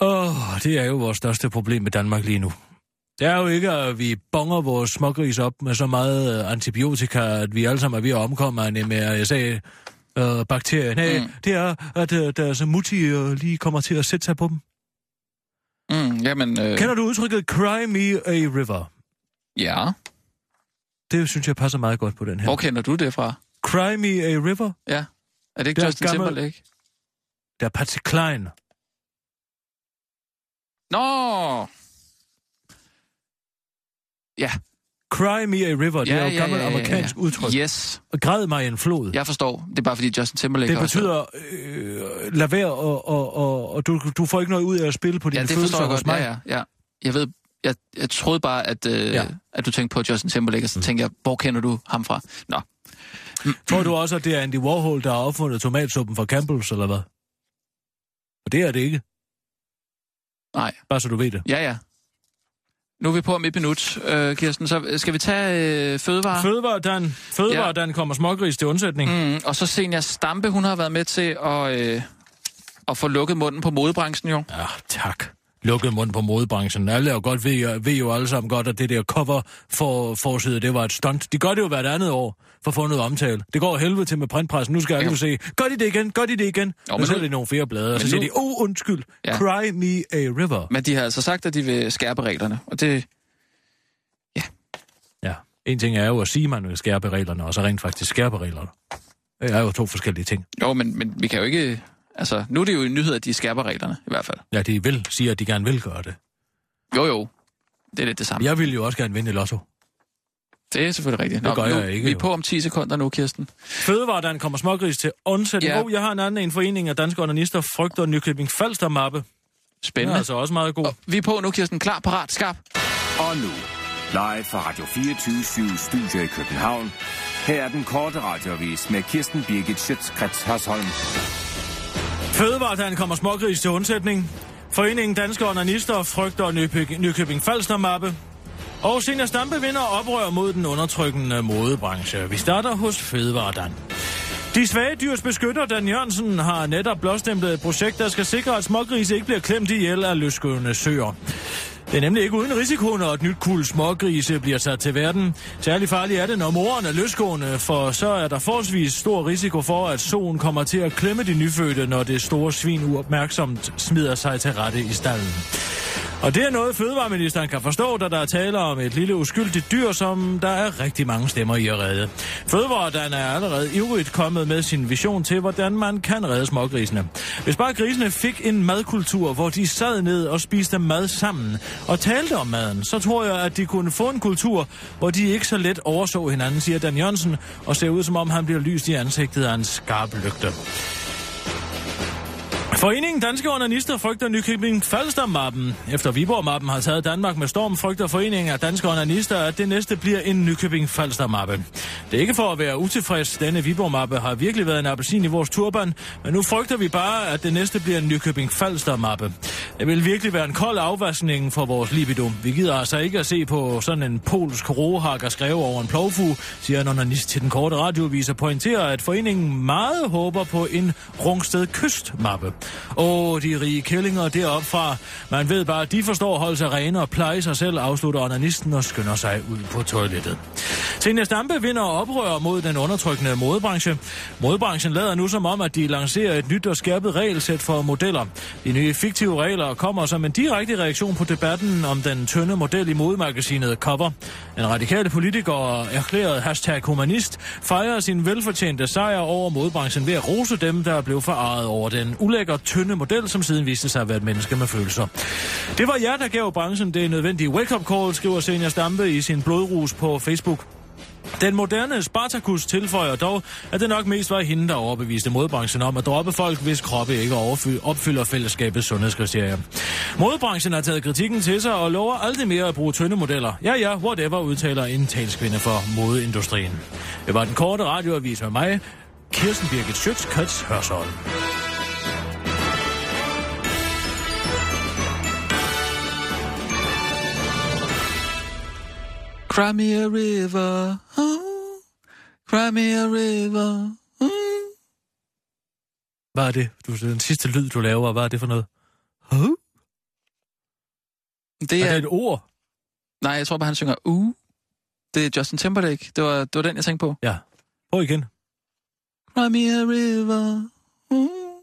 Speaker 4: Åh, oh, det er jo vores største problem med Danmark lige nu. Det er jo ikke, at vi bonger vores smågris op med så meget øh, antibiotika, at vi alle sammen er ved at omkomme af en MRSA-bakterie. Nej, mm.
Speaker 5: Mm.
Speaker 4: det er, at øh, deres mutti øh, lige kommer til at sætte sig på dem.
Speaker 5: Mm, jamen, øh,
Speaker 4: Øh. Kender du udtrykket Cry Me a River?
Speaker 5: ja.
Speaker 4: Det synes jeg passer meget godt på den her.
Speaker 5: Hvor kender du det fra?
Speaker 4: Cry Me a River,
Speaker 5: Ja. Er det ikke
Speaker 4: Det er
Speaker 5: Justin
Speaker 4: gammel-
Speaker 5: Timberlake?
Speaker 4: der er Patsy Klein.
Speaker 5: Nå!
Speaker 4: Cry Me a River, det
Speaker 5: Ja,
Speaker 4: er jo et
Speaker 5: ja,
Speaker 4: gammelt
Speaker 5: ja, ja, ja.
Speaker 4: amerikansk udtryk.
Speaker 5: Yes,
Speaker 4: Græd mig en flod.
Speaker 5: jeg forstår. Det er bare fordi Justin Timberlake
Speaker 4: Det
Speaker 5: også-
Speaker 4: betyder, øh, lad være, og, og, og, og du, du får ikke noget ud af at spille på dine
Speaker 5: Ja, det
Speaker 4: følelser
Speaker 5: forstår jeg
Speaker 4: hos
Speaker 5: godt.
Speaker 4: mig.
Speaker 5: Ja, ja, ja. Jeg ved, jeg, jeg troede bare, at, øh,
Speaker 4: Ja. Mm.
Speaker 5: ja. at du tænkte på Justin Timberlake, og så tænkte jeg, hvor kender du ham fra? Nå,
Speaker 4: Tror du også, at det er Andy Warhol, der har opfundet tomatsuppen fra Campbell's, eller hvad? Og det er det ikke,
Speaker 5: nej.
Speaker 4: bare så du ved det.
Speaker 5: Ja, ja. Nu er vi på om et minut, øh, Kirsten. Så øh, skal vi tage øh, fødevare?
Speaker 4: Fødevaredan, Fødevaredan ja. kommer smågris til undsætning. Mm.
Speaker 5: mm, og så Senja Stampe, hun har været med til at, øh, at få lukket munden på modebranchen jo.
Speaker 4: Ja, tak. Lukket mund på modebranchen. Alle er jo godt ved, jo- ved jo alle sammen godt, at det der cover for forside, det var et stunt. De gør det jo hvert andet år for at få noget omtale. Det går helvede til med printpressen. Nu skal alle
Speaker 5: Ja.
Speaker 4: jo se, gør de det igen, gør de det igen.
Speaker 5: Jo,
Speaker 4: Jo,
Speaker 5: men
Speaker 4: og så
Speaker 5: nu-
Speaker 4: er det nogle flere blade, og så
Speaker 5: men
Speaker 4: siger
Speaker 5: nu-
Speaker 4: de, oh, undskyld, ja.
Speaker 5: Ja.
Speaker 4: cry me a river.
Speaker 5: Men de har altså sagt, at de vil skærpe reglerne, og det...
Speaker 4: Ja. En ting er jo at sige, at man vil skærpe reglerne, og så rent faktisk skærpe reglerne. Det er jo to forskellige ting.
Speaker 5: Jo, men, men vi kan jo ikke... Altså, nu er det jo en nyhed, at de skærper reglerne, i hvert fald.
Speaker 4: Ja, de vil sige, at de gerne vil gøre det.
Speaker 5: Jo, jo. Det er lidt det samme.
Speaker 4: Jeg ville jo også gerne vinde i lotto.
Speaker 5: Det er selvfølgelig rigtigt.
Speaker 4: Det gør
Speaker 5: nu,
Speaker 4: jeg ikke,
Speaker 5: Vi er
Speaker 4: jo.
Speaker 5: på om 10 sekunder nu, Kirsten.
Speaker 4: Fødevaredan kommer smågris til undsætning.
Speaker 5: Ja.
Speaker 4: Ja. Oh, jeg har en anden en forening af danske onanister, frygter Nykøbing Falster mappe. Den er
Speaker 5: Spændende.
Speaker 4: altså også meget god.
Speaker 5: Og Vi er på nu, Kirsten. Klar, parat, skarp.
Speaker 6: Og nu, live fra Radio 24 Studio i København. Her er den korte radiovis med Kirsten Birgit Schøtzgrads Hasholm.
Speaker 4: Fødevaredan kommer smågris til undsætning. Foreningen Danske Onanister frygter Nykøbing, Nykøbing Falster-mappe. Og Senior Stampe vinder oprør mod den undertrykkende modebranche. Vi starter hos Fødevaredan. De svage dyrs beskytter, Dan Jørgensen, har netop blåstemplet et projekt, der skal sikre, at smågrise ikke bliver klemt ihjel af løsgående søer. Det er nemlig ikke uden risiko, når et nyt kul smågrise bliver sat til verden. Særlig farligt er det, når moren er løsgående, for så er der forholdsvis stor risiko for, at solen kommer til at klemme de nyfødte, når det store svin uopmærksomt smider sig til rette i stallen. Og det er noget, fødevareministeren kan forstå, da der er tale om et lille uskyldigt dyr, som der er rigtig mange stemmer i at redde. Fødevarederne er allerede ivrigt kommet med sin vision til, hvordan man kan redde smågrisene. Hvis bare grisene fik en madkultur, hvor de sad ned og spiste mad sammen og talte om maden, så tror jeg, at de kunne få en kultur, hvor de ikke så let overså hinanden, siger Dan Jørgensen, og ser ud som om han bliver lyst i ansigtet af en skarp lygte. Foreningen Danske Onanister frygter Nykøbing Falster-mappen. Efter Viborg-mappen har taget Danmark med storm, frygter Foreningen af Danske Onanister, at det næste bliver en Nykøbing Falster-mappe. Det er ikke for at være utilfreds. Denne Viborg-mappe har virkelig været en appelsin i vores turban, men nu frygter vi bare, at det næste bliver en Nykøbing Falster-mappe. Det vil virkelig være en kold afvaskning for vores libido. Vi gider altså ikke at se på sådan en polsk rohakker skræve over en plovfug, siger en onanist til den korte radioavis og pointerer, at foreningen meget håber på en Rungsted kystmappe. Åh, de rige kællinger deroppe fra. Man ved bare, at de forstår at holde sig rene og pleje sig selv, afslutter onanisten og skynder sig ud på toilettet. Senior Stampe vinder oprør mod den undertrykkende modebranche. Modebranchen lader nu som om, at de lancerer et nyt og skærpet regelsæt for modeller. De nye fiktive regler kommer som en direkte reaktion på debatten om den tynde model i modemagasinet Cover. Den radikale politiker og erklærede hashtag humanist fejrer sin velfortjente sejr over modebranchen ved at rose dem, der blev forarret over den ulækker tynde model, som siden viste sig at være et menneske med følelser. Det var jer, der gav branchen det nødvendige wake-up call, skriver Senior Stampe i sin blodrus på Facebook. Den moderne Spartacus tilføjer dog, at det nok mest var hende, der overbeviste modbranchen om at droppe folk, hvis kroppe ikke overfy- opfylder fællesskabets sundhedskriterier. Modbranchen har taget kritikken til sig og lover aldrig mere at bruge tynde modeller. Ja, ja, whatever, udtaler en talskvinde for modeindustrien. Det var den korte radioavis med mig, Kirsten Birgit Schøtz, Køts Hørsholm.
Speaker 5: Cry me a river. Oh. Cry me a river. Oh.
Speaker 4: Hvad er det? Du, den sidste lyd, du laver, hvad er det for noget? Huh?
Speaker 5: Det
Speaker 4: Er det
Speaker 5: er,
Speaker 4: et ord?
Speaker 5: nej, jeg tror bare, han synger uh. Det er Justin Timberlake. Det var, det var den, jeg tænkte på.
Speaker 4: Ja. Prøv igen.
Speaker 5: Cry me a river. Uh.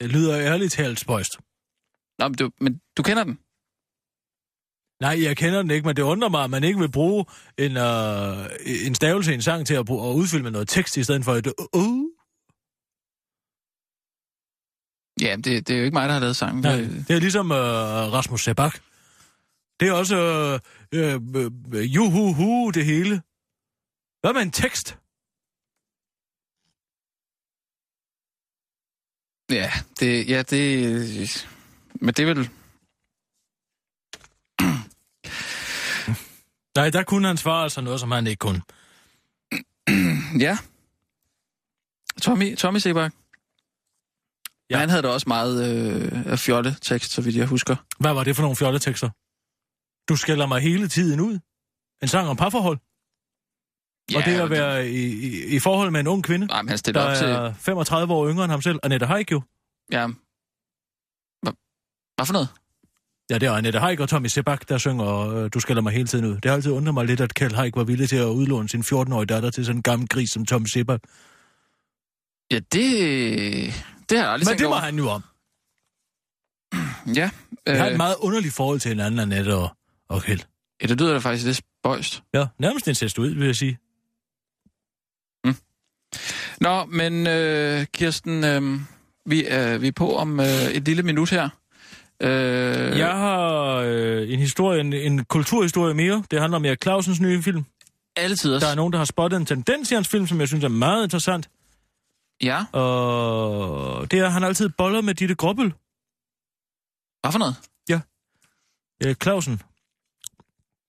Speaker 4: Det lyder ærligt talt spøjst.
Speaker 5: Nå, men du, men du kender den.
Speaker 4: Nej, jeg kender den ikke, men det undrer mig, at man ikke vil bruge en, øh, en stavelse i en sang til at, bruge, at udfylde med noget tekst, i stedet for et uh,
Speaker 5: Ja, det, det er jo ikke mig, der har lavet sangen.
Speaker 4: Nej,
Speaker 5: Øh,
Speaker 4: det er ligesom øh, Rasmus Sebak. Det er også øh, øh, øh, juhuhu det hele. Hvad med en tekst?
Speaker 5: Ja, det, ja, det... øh, Men det er vel...
Speaker 4: Nej, der kunne han svare altså noget, som han ikke kunne.
Speaker 5: Ja. Tommy, Tommy Sebak. Ja.
Speaker 4: Ja.
Speaker 5: Han havde da også meget øh, af fjolletekst, så vidt jeg husker.
Speaker 4: Hvad var det for nogle fjolletekster? Du skælder mig hele tiden ud. En sang om parforhold. Ja, og det at
Speaker 5: men-
Speaker 4: være i, i, i forhold med en ung kvinde,
Speaker 5: Nej, men han
Speaker 4: der
Speaker 5: stillede op til...
Speaker 4: er 35 år yngre end ham selv. Annette Haik jo.
Speaker 5: Ja. Hvad, hvad for noget?
Speaker 4: Ja, det er Annette Haik og Tommy Sebak, der synger øh, Du skælder mig hele tiden ud. Det har altid undret mig lidt, at Kjeld Haik var villig til at udlåne sin 14-årige datter til sådan en gammel gris som Tom Sebak.
Speaker 5: Ja, det... Det har jeg aldrig
Speaker 4: Men
Speaker 5: tænkt
Speaker 4: det
Speaker 5: over.
Speaker 4: var han jo om.
Speaker 5: Ja.
Speaker 4: Jeg har et
Speaker 5: Øh,
Speaker 4: meget underligt forhold til hinanden, Annette og, og Kjeld.
Speaker 5: ja, det lyder da faktisk lidt spøjst.
Speaker 4: Ja, nærmest en sæst ud, vil jeg sige.
Speaker 5: Nå, men øh, Kirsten, øh, vi, er, vi er på om øh, et lille minut her. Øh,
Speaker 4: Jeg har øh, en historie, en, en kulturhistorie mere. Det handler om Erik Clausens nye film.
Speaker 5: Altid også.
Speaker 4: Der er nogen, der har spottet en tendens i hans film, som jeg synes er meget interessant.
Speaker 5: Ja,
Speaker 4: Og det er, at han altid boller med Ditte Grobbel.
Speaker 5: hvad for noget?
Speaker 4: Erik Clausen.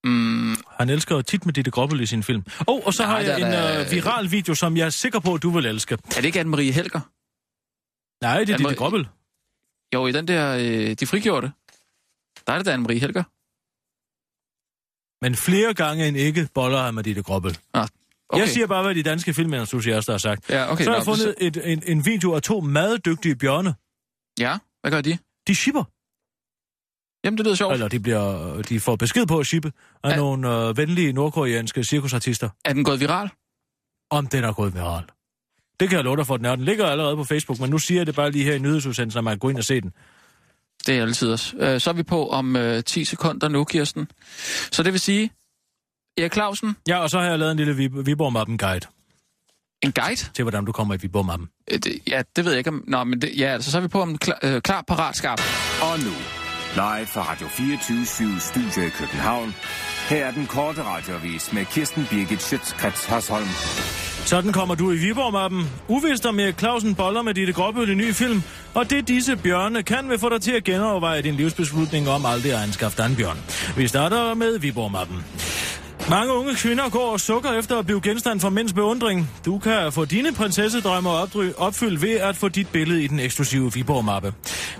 Speaker 5: Mm,
Speaker 4: Han elsker jo tit med Ditte Grobbel i sin film. Oh, og så
Speaker 5: Nej,
Speaker 4: har
Speaker 5: der
Speaker 4: jeg
Speaker 5: er
Speaker 4: en
Speaker 5: da-
Speaker 4: øh, viral video, som jeg er sikker på, at du vil elske.
Speaker 5: er det ikke Anne-Marie Helger?
Speaker 4: Nej, det er
Speaker 5: Anne-Marie-
Speaker 4: Ditte Grobbel.
Speaker 5: Jo, i den der, øh, de frigjorte, der er det da Anne-Marie Helger.
Speaker 4: Men flere gange end ikke boller han med Ditte Grobbel.
Speaker 5: Ah,
Speaker 4: Okay. Jeg siger bare, hvad de danske filmentusiaster har sagt.
Speaker 5: Ja, okay,
Speaker 4: så har
Speaker 5: nå,
Speaker 4: jeg fundet et, en, en video af to meget dygtige bjørne.
Speaker 5: Ja, hvad gør de?
Speaker 4: De shipper,
Speaker 5: Jamen, det lyder sjovt.
Speaker 4: eller de, bliver, de får besked på at shippe af
Speaker 5: Ja.
Speaker 4: ja. nogle øh, venlige nordkoreanske cirkusartister,
Speaker 5: Er den gået viral?
Speaker 4: om den er gået viral. Det kan jeg love dig for, den er. Den ligger allerede på Facebook, men nu siger jeg det bare lige her i nyhedsudsendelsen, at man kan gå ind og se den.
Speaker 5: Det er altid også. Øh, så er vi på om øh, 10 sekunder nu, Kirsten. Så det vil sige, Erik Clausen,
Speaker 4: Ja, og så har jeg lavet en lille Vib- Viborg-mappen-guide
Speaker 5: en guide?
Speaker 4: til, hvordan du kommer i Viborg-mappen.
Speaker 5: Øh, det, ja, det ved jeg ikke om... Nå, men det, ja, altså, så er vi på om klar, øh, klar parat, skarp.
Speaker 6: Og nu, live fra Radio 24 Studio i København. Her er den korte radiovis med Kirsten Birgit Schøtzgrads Hasholm.
Speaker 4: Sådan kommer du i Viborg-mappen. Uvist om Erik Clausen boller med Ditte Gråbøl i ny film, og det disse bjørne kan vil få dig til at genoverveje din livsbeslutning om aldrig at anskaffe dig en bjørn. Vi starter med Viborg-mappen. Mange unge kvinder går og sukker efter at blive genstand for mænds beundring. Du kan få dine prinsessedrømme opdry- opfyldt ved at få dit billede i den eksklusive Viborg-mappe.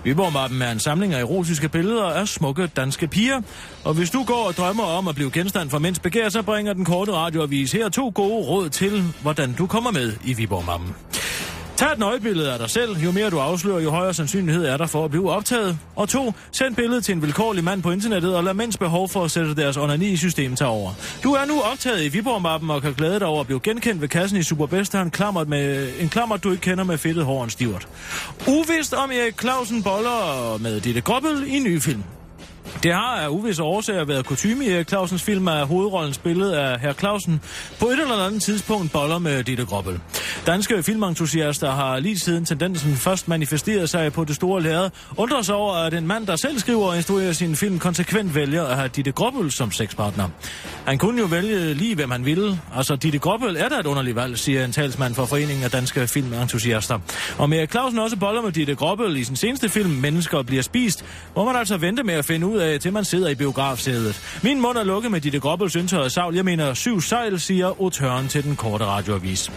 Speaker 4: Viborg-mappen er en samling af erotiske billeder af smukke danske piger. Og hvis du går og drømmer om at blive genstand for mænds begær, så bringer den korte radioavis her to gode råd til, hvordan du kommer med i Viborg-mappen. Tag et nøjebillede af dig selv. Jo mere du afslører, jo højere sandsynlighed er der for at blive optaget. Og to, send billedet til en vilkårlig mand på internettet og lad mænds behov for at sætte deres onani i systemet tage over. Du er nu optaget i Viborg-mappen og kan glæde dig over at blive genkendt ved kassen i Superbest, der er en klammert, med, en klammert du ikke kender med fedtet hår og en stivert. Uvist om Erik Clausen boller med Ditte Grobbel i en ny film. Det har af uvisse årsager været kutume i Erik Clausens film, at hovedrollen spillet af herr Clausen på et eller andet tidspunkt boller med Ditte Grobbel. Danske filmentusiaster har lige siden tendensen først manifesteret sig på det store lærred, undrer sig over, at en mand, der selv skriver og instruerer sin film, konsekvent vælger at have Ditte Grobbel som sexpartner. Han kunne jo vælge lige, hvem han ville. Altså, Ditte Grobbel er da et underligt valg, siger en talsmand for Foreningen af Danske Filmentusiaster. Og Mia Clausen også boller med Ditte Grobbel i sin seneste film, Mennesker bliver spist, hvor man altså vente med at finde ud af, til man sidder i biografsædet. Min mund er lukket med Ditte Grobbels indtørrede savl. Jeg mener syv sejl, siger Otøren til den korte radioavis.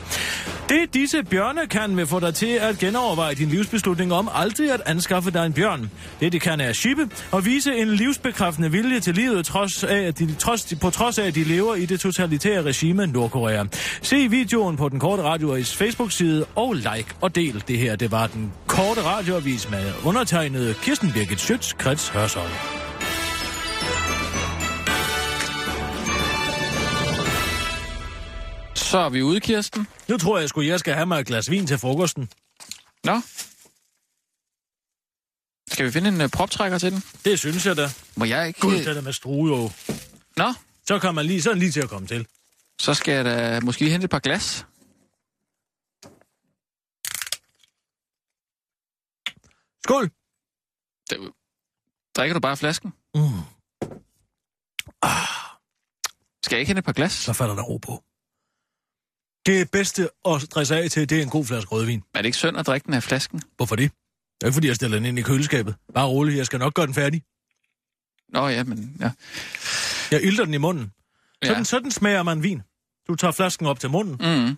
Speaker 4: Det disse bjørne kan vil få dig til at genoverveje din livsbeslutning om aldrig at anskaffe dig en bjørn. Det de kan er at shippe og vise en livsbekræftende vilje til livet trods af, at de, trods, på trods af, at de lever i det totalitære regime Nordkorea. Se videoen på den korte radioavis Facebook-side og like og del. Det her, det var den korte radioavis med undertegnede Kirsten Birgit Schütz, Krets Hørsholm.
Speaker 5: Så er vi ude, Kirsten.
Speaker 4: Nu tror jeg sgu, jeg skal have mig et glas vin til frokosten.
Speaker 5: Nå. Skal vi finde en uh, proptrækker til den?
Speaker 4: Det synes jeg da.
Speaker 5: Må jeg ikke...
Speaker 4: Gud, det der med strue, jo.
Speaker 5: Nå,
Speaker 4: Så kan man lige, sådan lige til at komme til.
Speaker 5: så skal jeg da måske lige hente et par glas.
Speaker 4: Skål!
Speaker 5: Det- Drikker du bare flasken? Ah.
Speaker 4: Mm.
Speaker 5: Skal jeg ikke hente et par glas?
Speaker 4: så falder der ro på. Det bedste at stresse af til, det er en god flaske rødvin.
Speaker 5: Er det ikke synd at drikke den af flasken?
Speaker 4: Hvorfor det? Det er ikke, fordi jeg stiller den ind i køleskabet. Bare rolig, jeg skal nok gøre den færdig.
Speaker 5: Nå ja, men... Ja.
Speaker 4: Jeg ilter den i munden.
Speaker 5: Ja.
Speaker 4: Sådan, sådan smager man vin. Du tager flasken op til munden.
Speaker 5: Mm.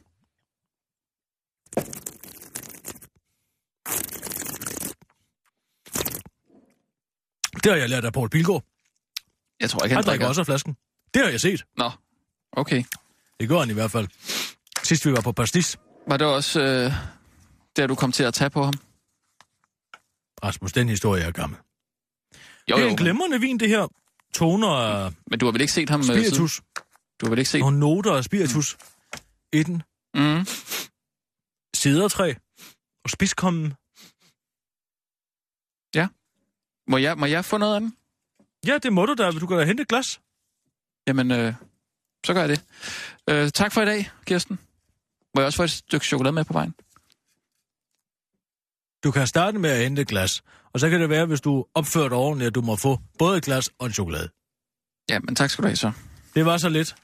Speaker 4: Det har jeg lært af Poul Pilgaard.
Speaker 5: Jeg tror ikke,
Speaker 4: Han
Speaker 5: han
Speaker 4: drikker
Speaker 5: drikker.
Speaker 4: også af flasken. Det har jeg set.
Speaker 5: Nå, okay.
Speaker 4: Det gør han i hvert fald. Sidst vi var på Pastis.
Speaker 5: Var det også øh, der, du kom til at tage på ham?
Speaker 4: Rasmus, den historie er gammel.
Speaker 5: Jo,
Speaker 4: det er
Speaker 5: jo,
Speaker 4: en glemrende vin, det her. Toner af
Speaker 5: men du har vel ikke set ham... øh, siden-
Speaker 4: spiritus.
Speaker 5: Du har vel ikke set...
Speaker 4: Nogle noter af spiritus. Mm. Etten,
Speaker 5: Mm.
Speaker 4: sidertræ og spidskommen.
Speaker 5: Må, jeg, må jeg få noget af den?
Speaker 4: Ja, det må du da. Du kan da hente et glas.
Speaker 5: Jamen, øh, så gør jeg det. Øh, tak for i dag, Kirsten. Må jeg også få et stykke chokolade med på vejen?
Speaker 4: Du kan starte med at hente et glas, og så kan det være, hvis du opfører dig ordentligt, at du må få både et glas og en chokolade.
Speaker 5: Ja, men tak skal du have så.
Speaker 4: Det var så lidt.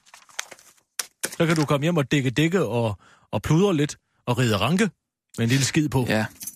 Speaker 4: Så kan du komme hjem og dække dække og, og pludre lidt og ride ranke med en lille skid på.
Speaker 5: Ja,